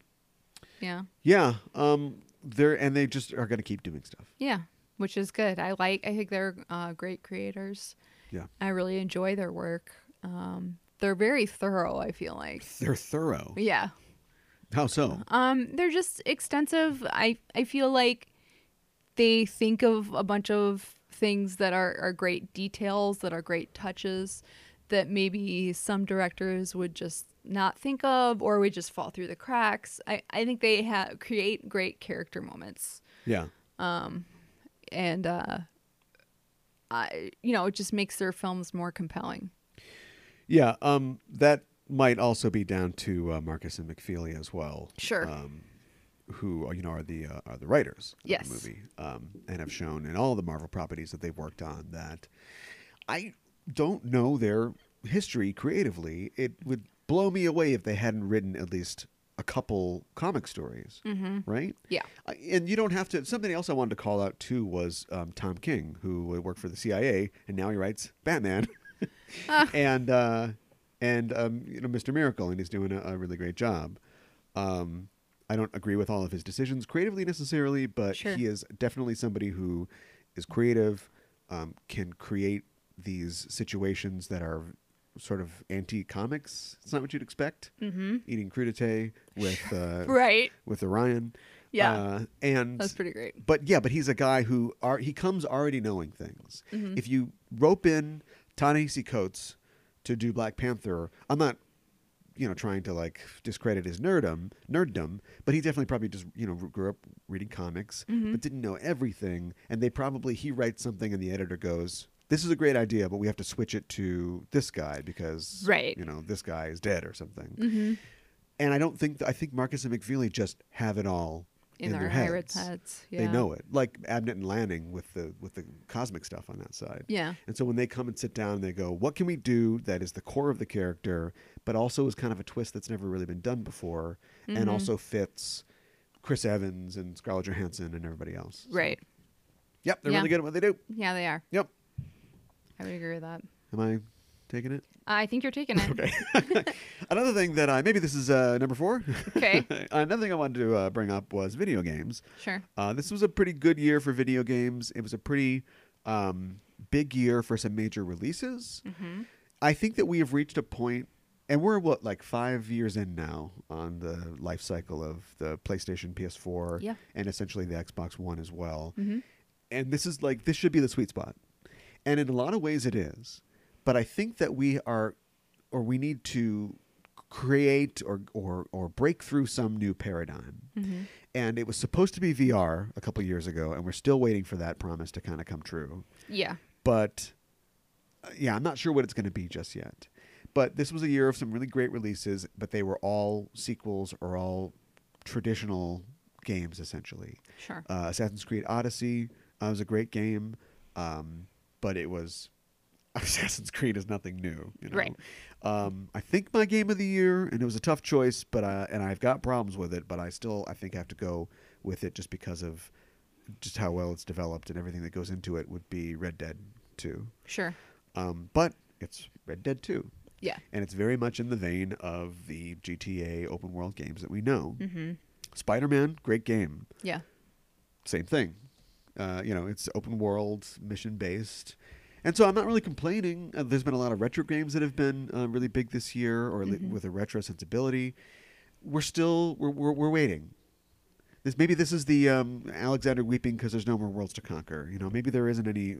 yeah.
yeah. Um, they're and they just are going to keep doing stuff.
Yeah, which is good. I like. I think they're uh, great creators.
Yeah,
I really enjoy their work. Um, they're very thorough. I feel like.
they're thorough.
Yeah.
How so?
Um, they're just extensive. I I feel like they think of a bunch of things that are are great details, that are great touches, that maybe some directors would just not think of or would just fall through the cracks. I I think they ha- create great character moments.
Yeah,
and uh, I, you know, it just makes their films more compelling.
yeah. Um, that might also be down to uh, Marcus and McFeely as well.
Sure.
Um, who you know are the uh, are the writers of
Yes.
the movie um, and have shown in all the Marvel properties that they've worked on that I don't know their history creatively. It would blow me away if they hadn't written at least a couple comic stories, right?
Yeah.
I- And you don't have to. Something else I wanted to call out too was um, Tom King, who worked for the CIA, and now he writes Batman, and uh, and um, you know Mr. Miracle, and he's doing a, a really great job. Um, I don't agree with all of his decisions creatively necessarily, but
Sure.
he is definitely somebody who is creative, um, can create these situations that are sort of anti-comics. It's not what you'd expect. Mm-hmm. Eating crudité with uh,
Right.
with Orion.
Yeah.
uh, and
That's pretty great.
but yeah, but he's a guy who are he comes already knowing things.
Mm-hmm.
If you rope in Ta-Nehisi Coates to do Black Panther, I'm not, you know, trying to like discredit his nerdum, nerddom, but he definitely probably just you know grew up reading comics,
Mm-hmm.
but didn't know everything, and they probably he writes something and the editor goes. This is a great idea, but we have to switch it to this guy because
Right. Mm-hmm.
you know this guy is dead or something. And I don't think I think Marcus and McFeely just have it all in,
In, our
their
pirates'
heads.
heads. Yeah.
They know it, like Abnett and Lanning with the with the cosmic stuff on that side.
Yeah.
And so when they come and sit down, they go, "What can we do that is the core of the character, but also is kind of a twist that's never really been done before,
Mm-hmm.
and also fits Chris Evans and Scarlett Johansson and everybody else." So-
Right.
Yep, they're
Yeah.
really good at what they do.
Yeah, they are.
Yep.
I would agree with that.
Am I taking it?
I think you're taking it.
Okay. Another thing that I maybe this is uh, number four.
Okay.
Another thing I wanted to uh, bring up was video games.
Sure.
Uh, this was a pretty good year for video games. It was a pretty um, big year for some major releases. I think that we have reached a point, and we're what like five years in now on the life cycle of the PlayStation, PS4,
Yeah.
and essentially the Xbox One as well. And this is like this should be the sweet spot, and in a lot of ways it is. But I think that we are, or we need to create or or or break through some new paradigm. And it was supposed to be VR a couple years ago, and we're still waiting for that promise to kind of come true
Yeah.
but uh, yeah, I'm not sure what it's going to be just yet. But this was a year of some really great releases, but they were all sequels or all traditional games essentially.
Sure.
Uh, Assassin's Creed Odyssey uh, was a great game, um, but it was Assassin's Creed is nothing new, you know?
Right.
Um, I think my game of the year, and it was a tough choice, but I, and I've got problems with it, but I still I think have to go with it just because of just how well it's developed and everything that goes into it would be Red Dead Two.
sure.
Um, but it's Red Dead Two,
Yeah.
and it's very much in the vein of the GTA open world games that we know. Mm-hmm. Spider Man, great game
Yeah.
same thing. Uh, you know, it's open world, mission based. And so I'm not really complaining. Uh, there's been a lot of retro games that have been uh, really big this year or li- with a retro sensibility. We're still, we're, we're, we're waiting. This, maybe this is the um, Alexander weeping because there's no more worlds to conquer. You know, maybe there isn't any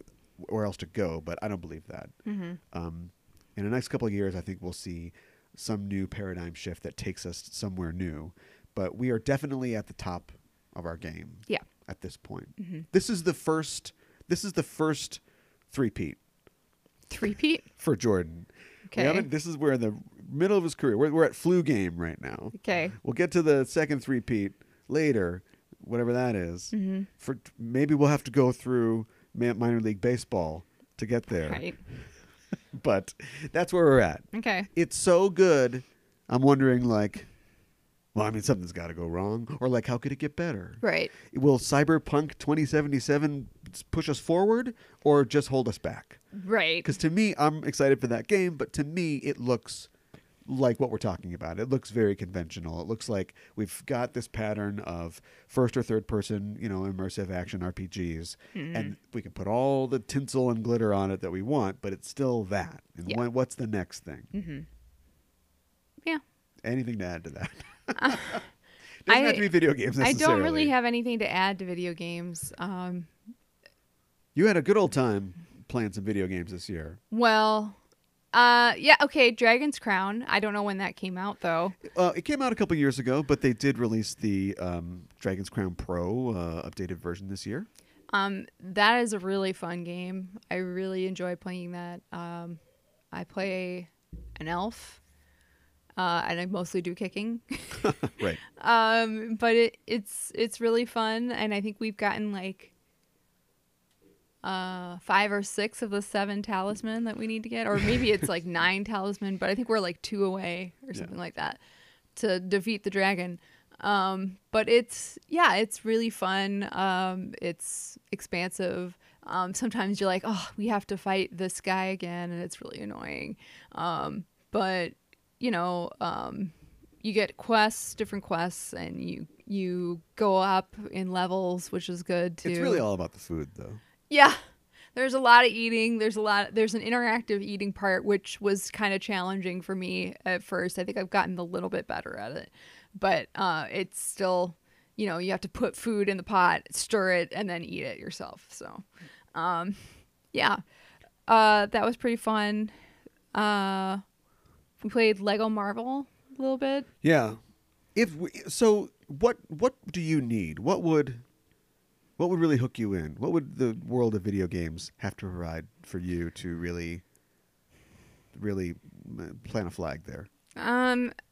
or else to go, but I don't believe that. Um, in the next couple of years, I think we'll see some new paradigm shift that takes us somewhere new. But we are definitely at the top of our game
Yeah.
at this point.
Mm-hmm.
This is the first. This is the first three-peat
Three Pete.
for Jordan. We
Okay.
haven't- this is we're in the middle of his career. We're, we're at flu game right now.
Okay.
We'll get to the second three-peat later, whatever that is.
Mm-hmm.
For maybe we'll have to go through ma- minor league baseball to get there.
Right.
But that's where we're at.
Okay.
It's so good. I'm wondering like. Well, I mean, something's got to go wrong, or like, how could it get better?
Right.
will cyberpunk 2077 s- push us forward or just hold us back
Right.
because to me i'm excited for that game but to me it looks like what we're talking about it looks very conventional it looks like we've got this pattern of first or third person you know immersive action rpgs
Mm-hmm.
and we can put all the tinsel and glitter on it that we want but it's still that and
Yeah. Mm-hmm.
when- what's the next thing
Yeah.
anything to add to that doesn't have
I-
to be video games
I don't really
necessarily.
have anything to add to video games. Um,
you had a good old time playing some video games this year
well, uh, yeah, okay, Dragon's Crown. I don't know when that came out though.
Uh, it came out a couple years ago, but they did release the um, Dragon's Crown Pro uh, updated version this year.
Um, that is a really fun game. I really enjoy playing that. Um, I play an elf, uh, and I mostly do kicking.
Right.
um, but it, it's it's really fun, and I think we've gotten like uh, five or six of the seven talisman that we need to get, or maybe it's like nine talisman, but I think we're like two away or
Yeah.
something like that to defeat the dragon. Um, but it's yeah, it's really fun. Um, it's expansive. Um, sometimes you're like, oh, we have to fight this guy again, and it's really annoying. Um, but you know, um, you get quests, different quests, and you you go up in levels, which is good too.
It's really all about the food, though.
Yeah. there's a lot of eating. There's a lot. There's an interactive eating part, which was kind of challenging for me at first. I think I've gotten a little bit better at it, but uh, it's still, you know, you have to put food in the pot, stir it, and then eat it yourself. So, um, yeah, uh, that was pretty fun. Uh, we played Lego Marvel a little bit.
Yeah. If we, so, what what do you need? What would what would really hook you in? What would the world of video games have to provide for you to really really uh, plant a flag there?
Um,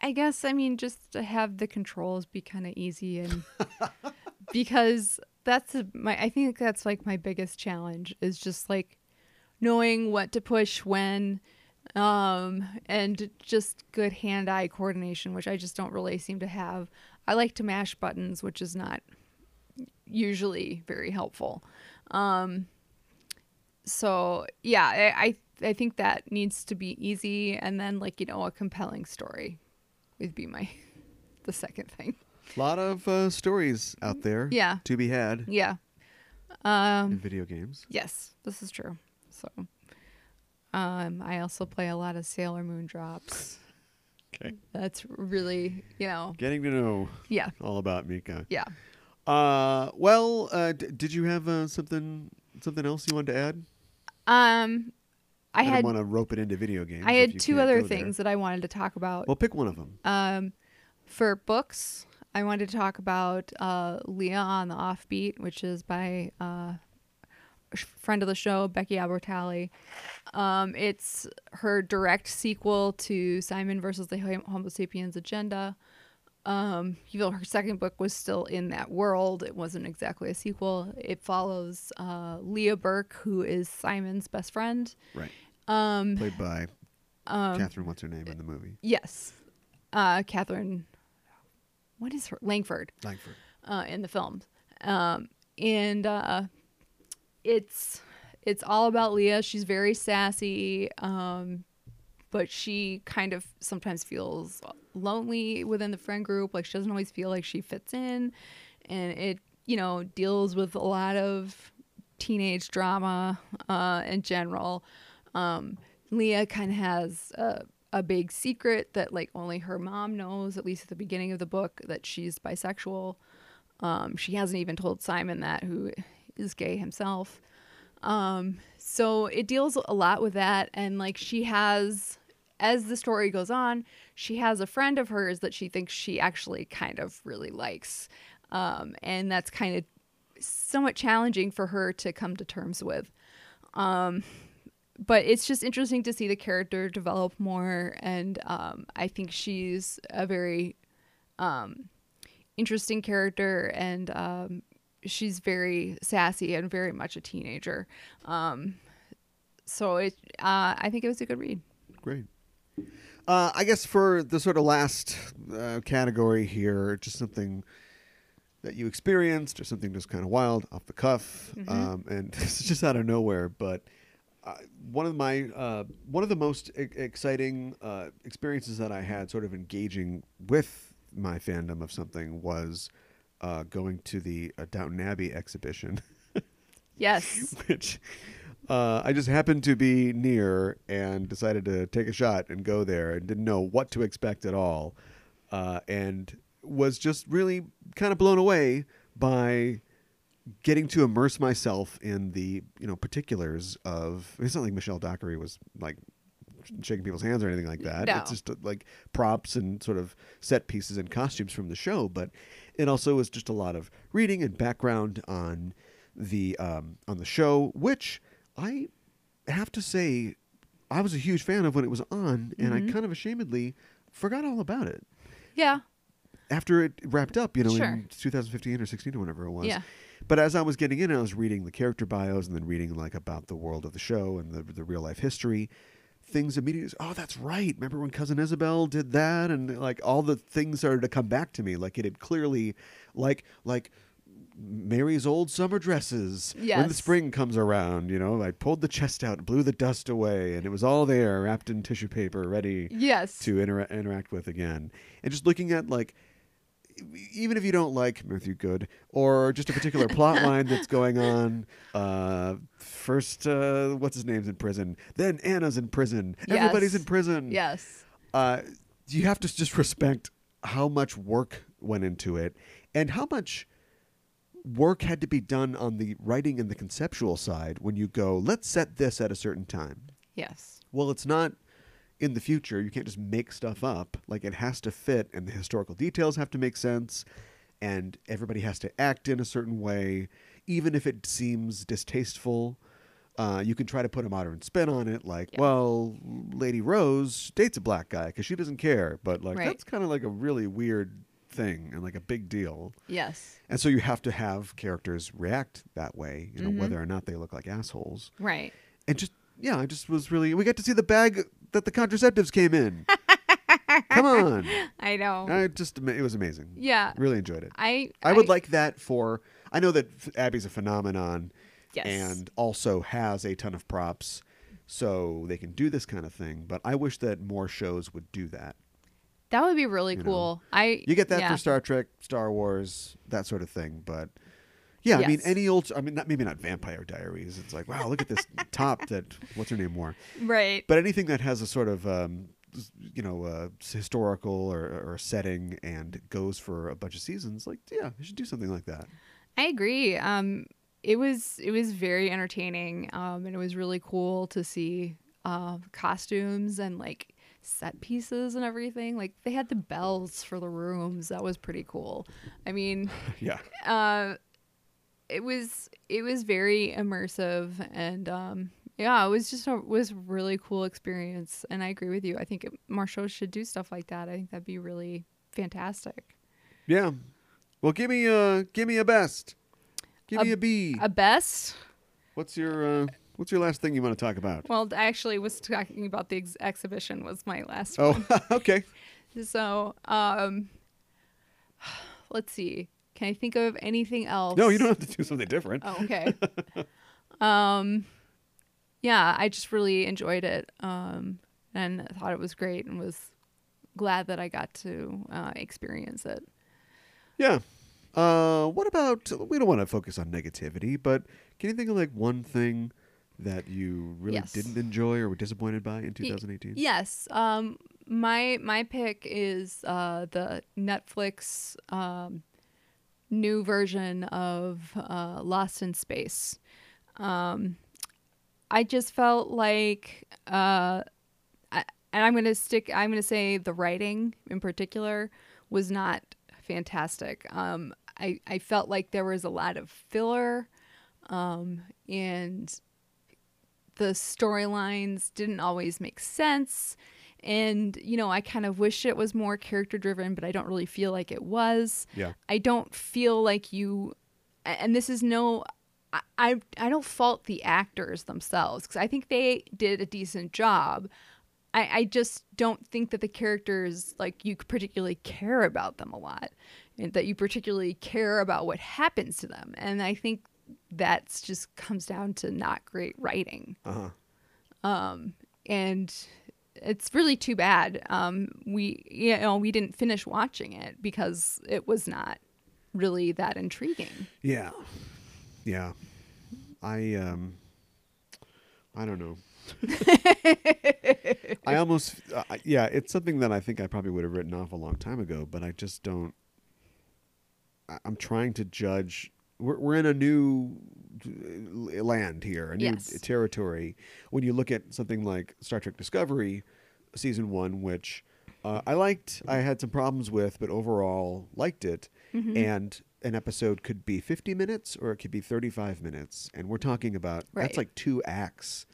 I guess I mean just to have the controls be kind of easy and because that's a- my I think that's like my biggest challenge is just like knowing what to push when um and just good hand-eye coordination which I just don't really seem to have. I like to mash buttons which is not usually very helpful. Um so yeah, I I, I think that needs to be easy and then like you know a compelling story would be my the second thing.
A lot of uh, stories out there.
Yeah.
To be had
Yeah. Um
in video games.
Yes, this is true. So, um, I also play a lot of Sailor Moon drops.
Okay.
That's really, you know,
Getting to know
yeah,
all about Mika.
yeah.
Uh, well, uh, d- did you have uh, something something else you wanted to add?
Um, I
didn't
had
want to rope it into video games.
I
if
had
you
two
can't
other
go there.
things that I wanted to talk about.
Well, pick one of them.
Um, for books, I wanted to talk about uh, Leah on the Offbeat, which is by uh, a friend of the show, Becky Albertalli. Um, it's her direct sequel to Simon versus the Homo Sapiens Agenda. Um, you know, her second book was still in that world. It wasn't exactly a sequel. It follows uh, Leah Burke, who is Simon's best friend.
Right.
Um,
Played by Catherine, what's her name in the movie?
Yes. Uh, Catherine, what is her? Langford
Langford.
uh, in the film. Um, and uh, it's it's all about Leah. She's very sassy, um, but she kind of sometimes feels lonely within the friend group. Like she doesn't always feel like she fits in, and it you know deals with a lot of teenage drama uh, in general. Um, Leah kind of has a, a big secret that like only her mom knows, at least at the beginning of the book, that she's bisexual. Um, she hasn't even told Simon that, who is gay himself. Um, so it deals a lot with that. And like she has, as the story goes on, she has a friend of hers that she thinks she actually kind of really likes. Um, and that's kind of somewhat challenging for her to come to terms with. Um, but it's just interesting to see the character develop more. And um, I think she's a very interesting character and um, she's very sassy and very much a teenager. Um, so it, uh, I think it was a good read.
Great. Uh, I guess for the sort of last uh, category here, just something that you experienced or something just kind of wild off the cuff, um, and this is just out of nowhere. But uh, one of my uh, one of the most e- exciting uh, experiences that I had, sort of engaging with my fandom of something, was uh, going to the uh, Downton Abbey exhibition.
Yes.
which uh, I just happened to be near and decided to take a shot and go there and didn't know what to expect at all. Uh, and was just really kind of blown away by getting to immerse myself in the you know particulars of it's not like Michelle Dockery was like shaking people's hands or anything like that.
No.
It's just uh, like props and sort of set pieces and costumes from the show, but it also was just a lot of reading and background on the um, on the show, which I have to say I was a huge fan of when it was on, and I kind of ashamedly forgot all about it
yeah.
after it wrapped up, you know,
Sure.
in 2015 or 16 or whenever it was.
Yeah.
But as I was getting in, I was reading the character bios and then reading like about the world of the show and the, the real life history. Things immediately, oh, that's right. Remember when Cousin Isabel did that? And like all the things started to come back to me. Like it had clearly, like, like, Mary's old summer dresses. When the
Yes.
spring comes around, you know, I pulled the chest out, blew the dust away, and it was all there, wrapped in tissue paper, ready
Yes.
to intera- interact with again and just looking at like e-, even if you don't like Matthew Good or just a particular plot line that's going on, uh, first, uh, what's his name's in prison, then Anna's in prison,
Yes.
everybody's in prison.
Yes.
Uh, you have to just respect how much work went into it and how much work had to be done on the writing and the conceptual side when you go, let's set this at a certain time.
Yes.
Well, it's not in the future. You can't just make stuff up. Like it has to fit, and the historical details have to make sense, and everybody has to act in a certain way, even if it seems distasteful. Uh, you can try to put a modern spin on it, like,
Yeah.
well, Lady Rose dates a black guy because she doesn't care, but like
Right.
that's kind of like a really weird thing and like a big deal.
Yes.
And so you have to have characters react that way, you know,
Mm-hmm.
whether or not they look like assholes
Right.
and just yeah, I just was really. We got to see the bag that the contraceptives came in. Come on,
I know.
I just ama- it was amazing.
Oh. yeah.
really enjoyed it.
I,
I, would like that for. I know that F- Abby's a phenomenon,
Yes.
and also has a ton of props, so they can do this kind of thing. But I wish that more shows would do that.
That would be really
you know.
cool. I
You get that
yeah.
for Star Trek, Star Wars, that sort of thing. But yeah, I mean,
Yes.
any old. I mean, not, maybe not Vampire Diaries. It's like, wow, look at this top that what's her name wore.
Right.
but anything that has a sort of um, s- you know uh, s- historical or, or setting and goes for a bunch of seasons like yeah they should do something like that
I agree. Um, it was it was very entertaining, um, and it was really cool to see uh, costumes and like set pieces and everything. Like they had the bells for the rooms. That was pretty cool. I mean,
yeah
uh, it was it was very immersive, and um, yeah, it was just a was a really cool experience. And I agree with you. I think it, more shows should do stuff like that. I think that'd be really fantastic.
yeah well give me a give me a best give me a b
A best.
what's your uh, what's your last thing you want to talk about
Well, I actually was talking about the ex- exhibition was my last
oh okay
one. So, um, let's see. Can I think of anything else?
no you don't have to do something different
Oh, okay. um, yeah, I just really enjoyed it. Um, and I thought it was great, and was glad that I got to uh, experience it.
yeah uh what about we don't want to focus on negativity but can you think of like one thing that you really
Yes.
didn't enjoy or were disappointed by in
Y-
2018
Yes. Um, my my pick is uh, the Netflix um, new version of uh, Lost in Space. Um, I just felt like, uh, I, and I'm gonna stick. I'm gonna say the writing in particular was not fantastic. Um, I I felt like there was a lot of filler, um, and the storylines didn't always make sense. And, you know, I kind of wish it was more character driven, but I don't really feel like it was.
yeah
I don't feel like you, a- and this is no, I, I, I don't fault the actors themselves because I think they did a decent job. I, I just don't think that the characters, like, you particularly care about them a lot and that you particularly care about what happens to them. And I think that's just comes down to not great writing
uh-huh
and it's really too bad. Um, we you know we didn't finish watching it because it was not really that intriguing.
Yeah. Yeah. I um I don't know. I almost uh, yeah, it's something that I think I probably would have written off a long time ago, but I just don't I- I'm trying to judge we're we're in a new uh, land here, a new
Yes.
territory. When you look at something like Star Trek Discovery season 1 which uh, I liked, I had some problems with, but overall liked it.
Mm-hmm.
And an episode could be 50 minutes or it could be 35 minutes. And we're talking about
Right.
that's like two acts.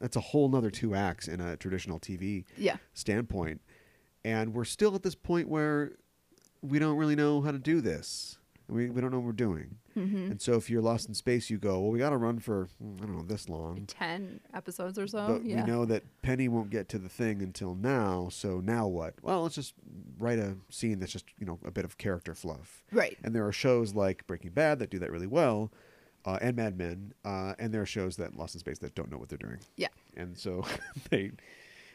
That's a whole nother two acts in a traditional TV
Yeah.
standpoint. And we're still at this point where we don't really know how to do this. We, we don't know what we're doing.
Mm-hmm.
And so if you're lost in space, you go, well, we got to run for, mm, I don't know, this long.
Ten episodes or so.
But
oh, yeah.
we know that Penny won't get to the thing until now. So now what? Well, let's just write a scene that's just, you know, a bit of character fluff.
Right.
And there are shows like Breaking Bad that do that really well, uh, and Mad Men, uh, and there are shows that Lost in Space that don't know what they're doing,
Yeah.
and so they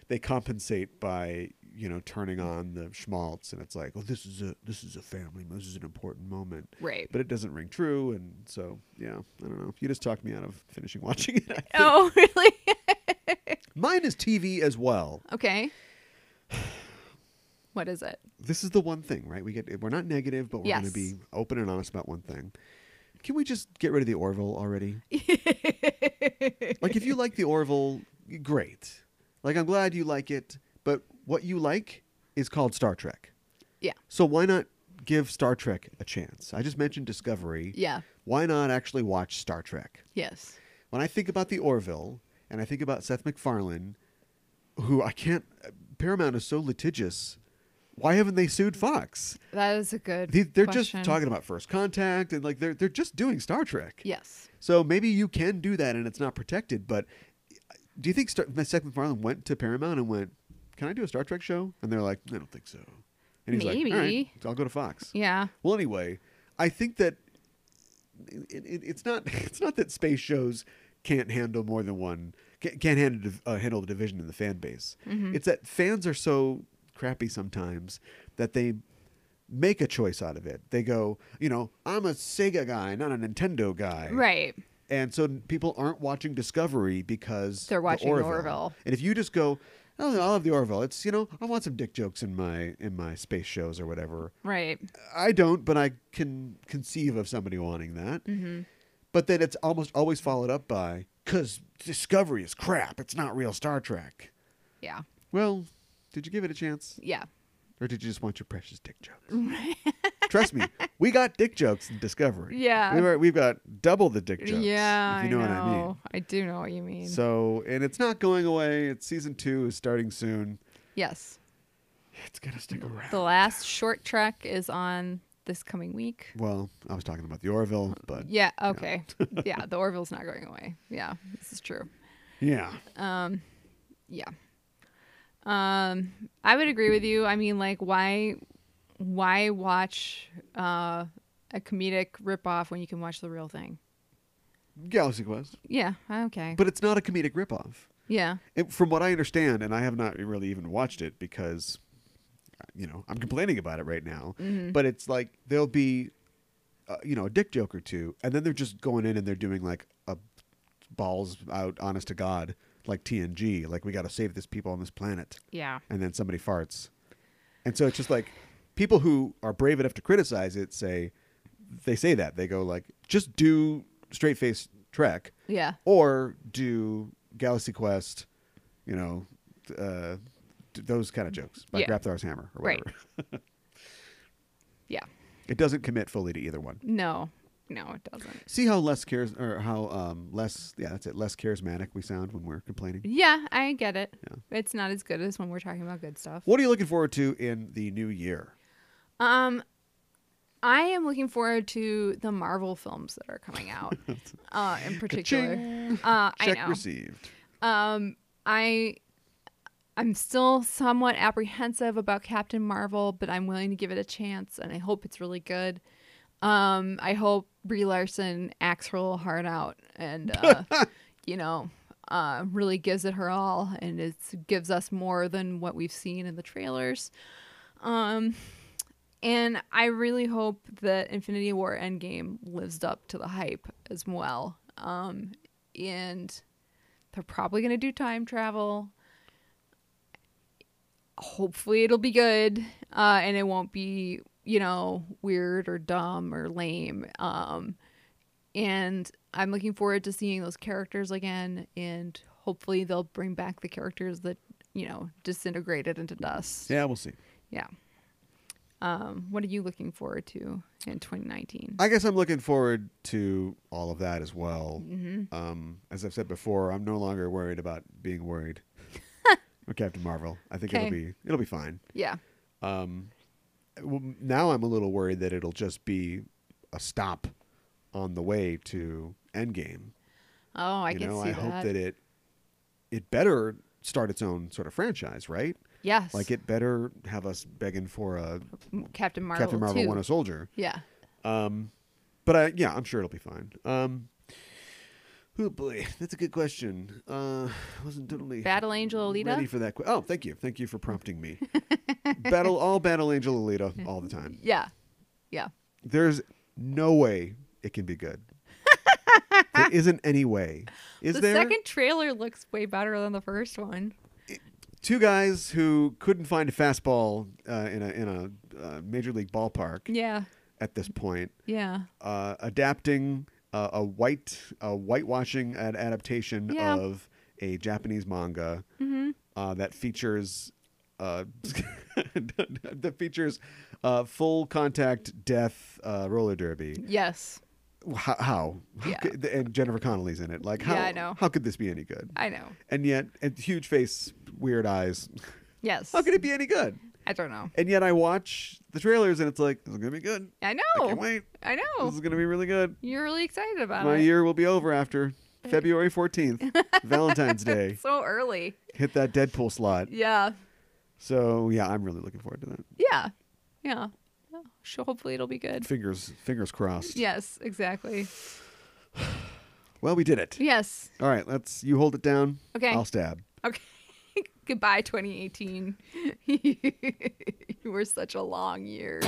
they compensate by you know, turning on the schmaltz, and it's like, oh, this is a this is a family. mo- This is an important moment.
Right.
But it doesn't ring true, and so yeah, I don't know. You just talked me out of finishing watching it. I think.
oh, really?
Mine is TV as well.
okay. What is it?
This is the one thing, right? We get we're not negative, but we're going to
Yes.
be open and honest about one thing. Can we just get rid of the Orville already? like, if you like the Orville, great. Like, I'm glad you like it, but what you like is called Star Trek.
Yeah.
So why not give Star Trek a chance? I just mentioned Discovery.
Yeah.
Why not actually watch Star Trek?
Yes.
When I think about the Orville and I think about Seth MacFarlane, who I can't, Paramount is so litigious. Why haven't they sued Fox?
That is a good.
They, they're
question.
just talking about First Contact and like they're they're just doing Star Trek.
Yes.
So maybe you can do that and it's not protected. But do you think Star- Seth MacFarlane went to Paramount and went, "Can I do a Star Trek show?" And they're like, "I don't think so." And he's
Maybe.
like, "All right, I'll go to Fox."
Yeah.
Well, anyway, I think that it, it, it's not it's not that space shows can't handle more than one can't, can't handle div- uh, handle the division in the fan base.
Mm-hmm.
It's that fans are so crappy sometimes that they make a choice out of it. They go, you know, I'm a Sega guy, not a Nintendo guy,
Right.
and so n- people aren't watching Discovery because
They're
the
watching
Orville.
Orville.
And if you just go, oh, I'll have the Orville. It's you know, I want some dick jokes in my in my space shows or whatever.
Right.
I don't, but I can conceive of somebody wanting that.
Mm-hmm.
But then it's almost always followed up by because Discovery is crap. It's not real Star Trek.
Yeah.
Well, did you give it a chance,
Yeah.
or did you just want your precious dick jokes? Trust me, we got dick jokes in Discovery.
Yeah.
we were, we've got double the dick jokes.
yeah.
if you know,
I
what I mean.
I do know what you mean.
So, and it's not going away. It's season two is starting soon.
yes.
It's gonna stick around.
The last short trek is on this coming week.
well, I was talking about the Orville, but
Yeah. Okay. yeah. The Orville's not going away. Yeah. This is true.
yeah.
Yeah. Um, I would agree with you. I mean, like, why, why watch uh, a comedic ripoff when you can watch the real thing?
Galaxy Quest.
Yeah. Okay.
But it's not a comedic ripoff.
yeah.
It, from what I understand, and I have not really even watched it because, you know, I'm complaining about it right now. But it's like there'll be, uh, you know, a dick joke or two, and then they're just going in and they're doing like a balls out, honest to God, like TNG, like we got to save this people on this planet,
Yeah.
and then somebody farts, and so it's just like people who are brave enough to criticize it say, they say that they go like, just do straight face Trek,
Yeah.
or do Galaxy Quest, you know, uh, d- those kind of jokes by
Yeah.
Grapthar's Hammer or
Right.
whatever.
Yeah.
it doesn't commit fully to either one.
No. No, it doesn't.
See how less cares or how um, less yeah that's it less charismatic we sound when we're complaining.
Yeah, I get it. It's not as good as when we're talking about good stuff.
What are you looking forward to in the new year?
Um, I am looking forward to the Marvel films that are coming out, uh, in particular. Uh, I
Check
know. Um,
received.
I I'm still somewhat apprehensive about Captain Marvel, but I'm willing to give it a chance, and I hope it's really good. Um, I hope Brie Larson acts her little heart out, and uh, you know, uh, really gives it her all, and it gives us more than what we've seen in the trailers. Um, and I really hope that Infinity War Endgame lives up to the hype as well. Um, and they're probably going to do time travel. Hopefully, it'll be good uh, and it won't be, you know, weird or dumb or lame. Um, and I'm looking forward to seeing those characters again. And hopefully, they'll bring back the characters that, you know, disintegrated into dust.
Yeah, we'll see.
Yeah. Um, what are you looking forward to in 2019?
I guess I'm looking forward to all of that as well.
Mm-hmm.
Um, as I've said before, I'm no longer worried about being worried. or Captain Marvel. I think it'll
Okay.
be it'll be fine.
yeah.
well, now I'm a little worried that it'll just be a stop on the way to Endgame.
Oh, I
you
can
know,
see
I
that.
hope that it it better start its own sort of franchise, right?
yes.
Like it better have us begging for a
Captain Marvel.
Captain Marvel
too.
want a soldier.
Yeah.
But I, yeah, I'm sure it'll be fine. Um, Oh boy, that's a good question. Uh, I wasn't totally
Battle Angel Alita?
ready for that. que- oh, thank you, thank you for prompting me. Battle all Battle Angel Alita all the time.
Yeah. Yeah.
There's no way it can be good. there isn't any way. Is
the
there?
second trailer looks way better than the first one.
Two guys who couldn't find a fastball uh, in a in a uh, major league ballpark
Yeah.
at this point,
Yeah.
uh, adapting uh, a white a whitewashing ad- adaptation
Yeah. Mm-hmm.
of a Japanese manga uh, that features uh, that features uh, full contact death uh, roller derby.
Yes.
How? how? How
Yeah.
could- and Jennifer Connelly's in it. Like how?
Yeah, I know.
How could this be any good?
I know.
And yet, and huge face, weird eyes.
Yes.
How could it be any good?
I don't know.
And yet, I watch the trailers and it's like this is gonna be good.
I
I can't
know.
wait.
I know.
This is gonna be really good.
You're really excited about
My
it.
year will be over after February 14th, Valentine's Day.
So early.
Hit that Deadpool slot.
Yeah.
So, yeah, I'm really looking forward to that.
Yeah. Yeah. Yeah. So hopefully it'll be good.
Fingers fingers crossed.
Yes, exactly.
Well, we did it.
Yes.
All right, let's you hold it down.
Okay.
I'll stab.
Okay. Goodbye 2018. you were such a long year.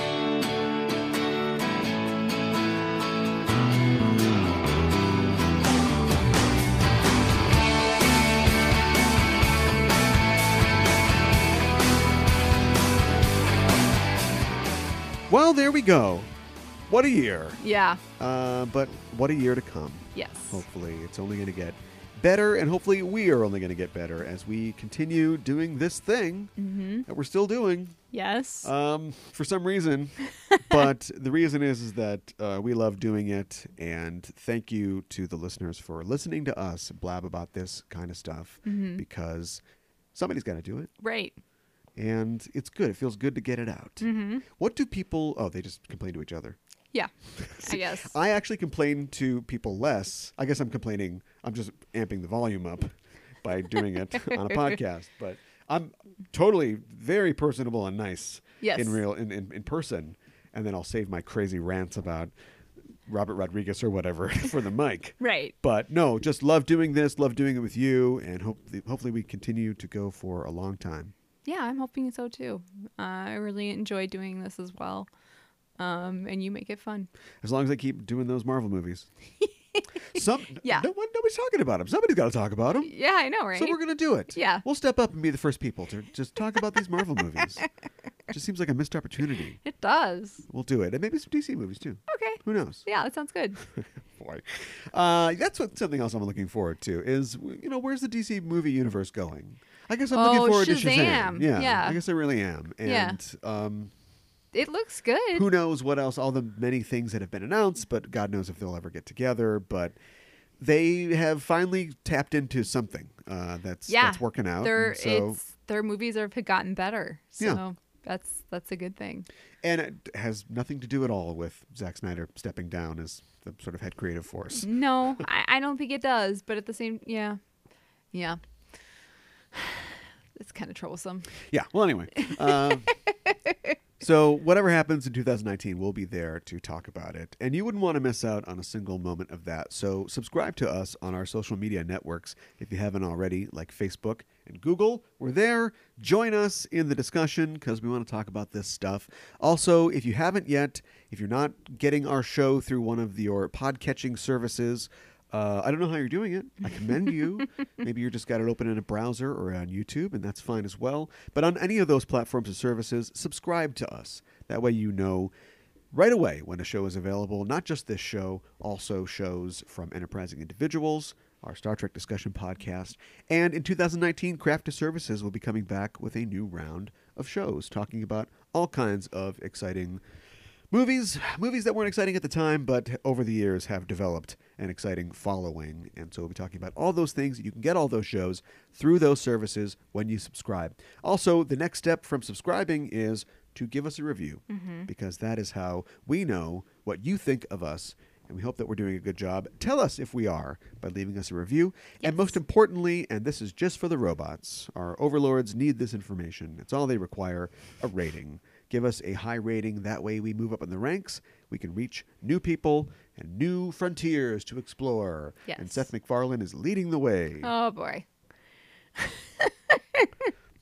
Well, there we go. What a year.
Yeah.
Uh, but what a year to come.
Yes.
Hopefully, it's only going to get better and hopefully we are only going to get better as we continue doing this thing
Mm-hmm.
that we're still doing.
Yes.
Um, for some reason, but the reason is is that uh, we love doing it, and thank you to the listeners for listening to us blab about this kind of stuff because somebody's got to do it,
right.
and it's good. It feels good to get it out.
Mhm.
What do people? Oh, they just complain to each other.
Yeah. I guess.
I actually complain to people less. I guess I'm complaining. I'm just amping the volume up by doing it on a podcast. But I'm totally very personable and nice
Yes.
in real in, in, in person. And then I'll save my crazy rants about Robert Rodriguez or whatever for the mic.
Right.
But no, just love doing this. Love doing it with you, and hope hopefully we continue to go for a long time.
Yeah, I'm hoping so too. Uh, I really enjoy doing this as well. Um, and you make it fun.
As long as I keep doing those Marvel movies. Some
Yeah.
no one nobody's talking about them. Somebody's got to talk about them.
Yeah, I know, right?
So we're gonna do it.
Yeah.
we'll step up and be the first people to just talk about these Marvel movies. Just seems like a missed opportunity.
it does.
We'll do it, and maybe some DC movies too.
Okay.
Who knows?
Yeah, that sounds good.
Boy, uh, that's what something else I'm looking forward to is you know where's the DC movie universe going? I guess I'm
Oh,
looking forward to
Shazam.
Shazam. Yeah,
Yeah.
I guess I really am. And
Yeah.
um,
It looks good.
who knows what else? All the many things that have been announced, but God knows if they'll ever get together. But they have finally tapped into something uh, that's
yeah,
that's working out.
Their
and so-
it's their movies have gotten better. So
Yeah.
that's that's a good thing.
And it has nothing to do at all with Zack Snyder stepping down as the sort of head creative force.
No, I, I don't think it does, but at the same yeah. Yeah. It's kind of troublesome.
Yeah. Well, anyway. Um, so, whatever happens in 2019, we'll be there to talk about it. And you wouldn't want to miss out on a single moment of that. So, subscribe to us on our social media networks if you haven't already, like Facebook and Google. We're there. Join us in the discussion because we want to talk about this stuff. Also, if you haven't yet, if you're not getting our show through one of your podcatching services, uh, I don't know how you're doing it. I commend you. Maybe you just got it open in a browser or on YouTube, and that's fine as well. But on any of those platforms and services, subscribe to us. That way you know right away when a show is available. Not just this show, also shows from Enterprising Individuals, our Star Trek discussion podcast. And in 2019, Craft to Services will be coming back with a new round of shows talking about all kinds of exciting movies movies that weren't exciting at the time but over the years have developed an exciting following and so we'll be talking about all those things you can get all those shows through those services when you subscribe also the next step from subscribing is to give us a review because that is how we know what you think of us and we hope that we're doing a good job tell us if we are by leaving us a review and most importantly and this is just for the robots our overlords need this information it's all they require a rating Give us a high rating. That way we move up in the ranks. We can reach new people and new frontiers to explore. And
Yes.
Seth MacFarlane is leading the way.
Oh boy.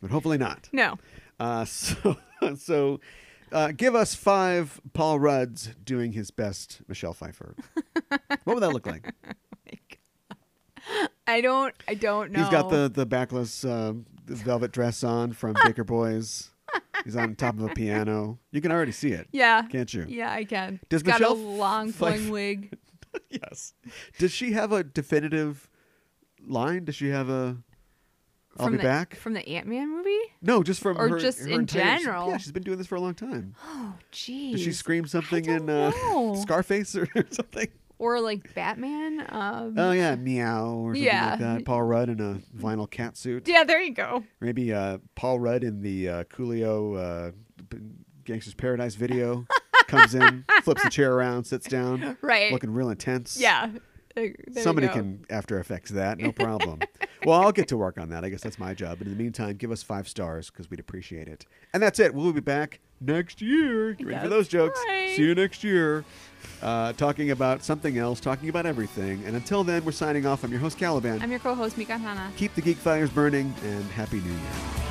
But hopefully not.
No.
Uh, so, so uh, give us five Paul Rudds doing his best Michelle Pfeiffer. what would that look like?
I don't I don't know.
He's got the the backless uh, velvet dress on from Baker Boys. He's on top of a piano. You can already see it.
Yeah.
Can't you?
Yeah, I can.
Does
He's got
Michelle
a long
Pfeiffer-
flowing wig.
Yes. Does she have a definitive line? Does she have a? I'll
from
be
the,
back.
From the Ant Man movie?
No, just from
or
her,
just
her
in
entire-
general?
Yeah, she's been doing this for a long time.
Oh jeez.
Does she scream something in
don't
uh,
know. Mm.
Scarface or, or something?
or like Batman? Um
Oh yeah, meow or something
Yeah.
like that. Paul Rudd in a vinyl cat suit.
Yeah, there you go.
Maybe uh, Paul Rudd in the uh, Coolio uh, B- Gangsters Paradise video comes in, flips the chair around, sits down,
Right.
looking real intense.
Yeah. There, there you
Somebody
go.
can After Effects that, no problem. well, I'll get to work on that. I guess that's my job. But in the meantime, give us five stars because we'd appreciate it. And that's it. We'll be back next year. You Ready for
That's
those jokes?
right.
See you next year. Uh, talking about something else, talking about everything. And until then, we're signing off. I'm your host, Caliban.
I'm your co-host Mika Hana.
Keep the geek fires burning and happy new year.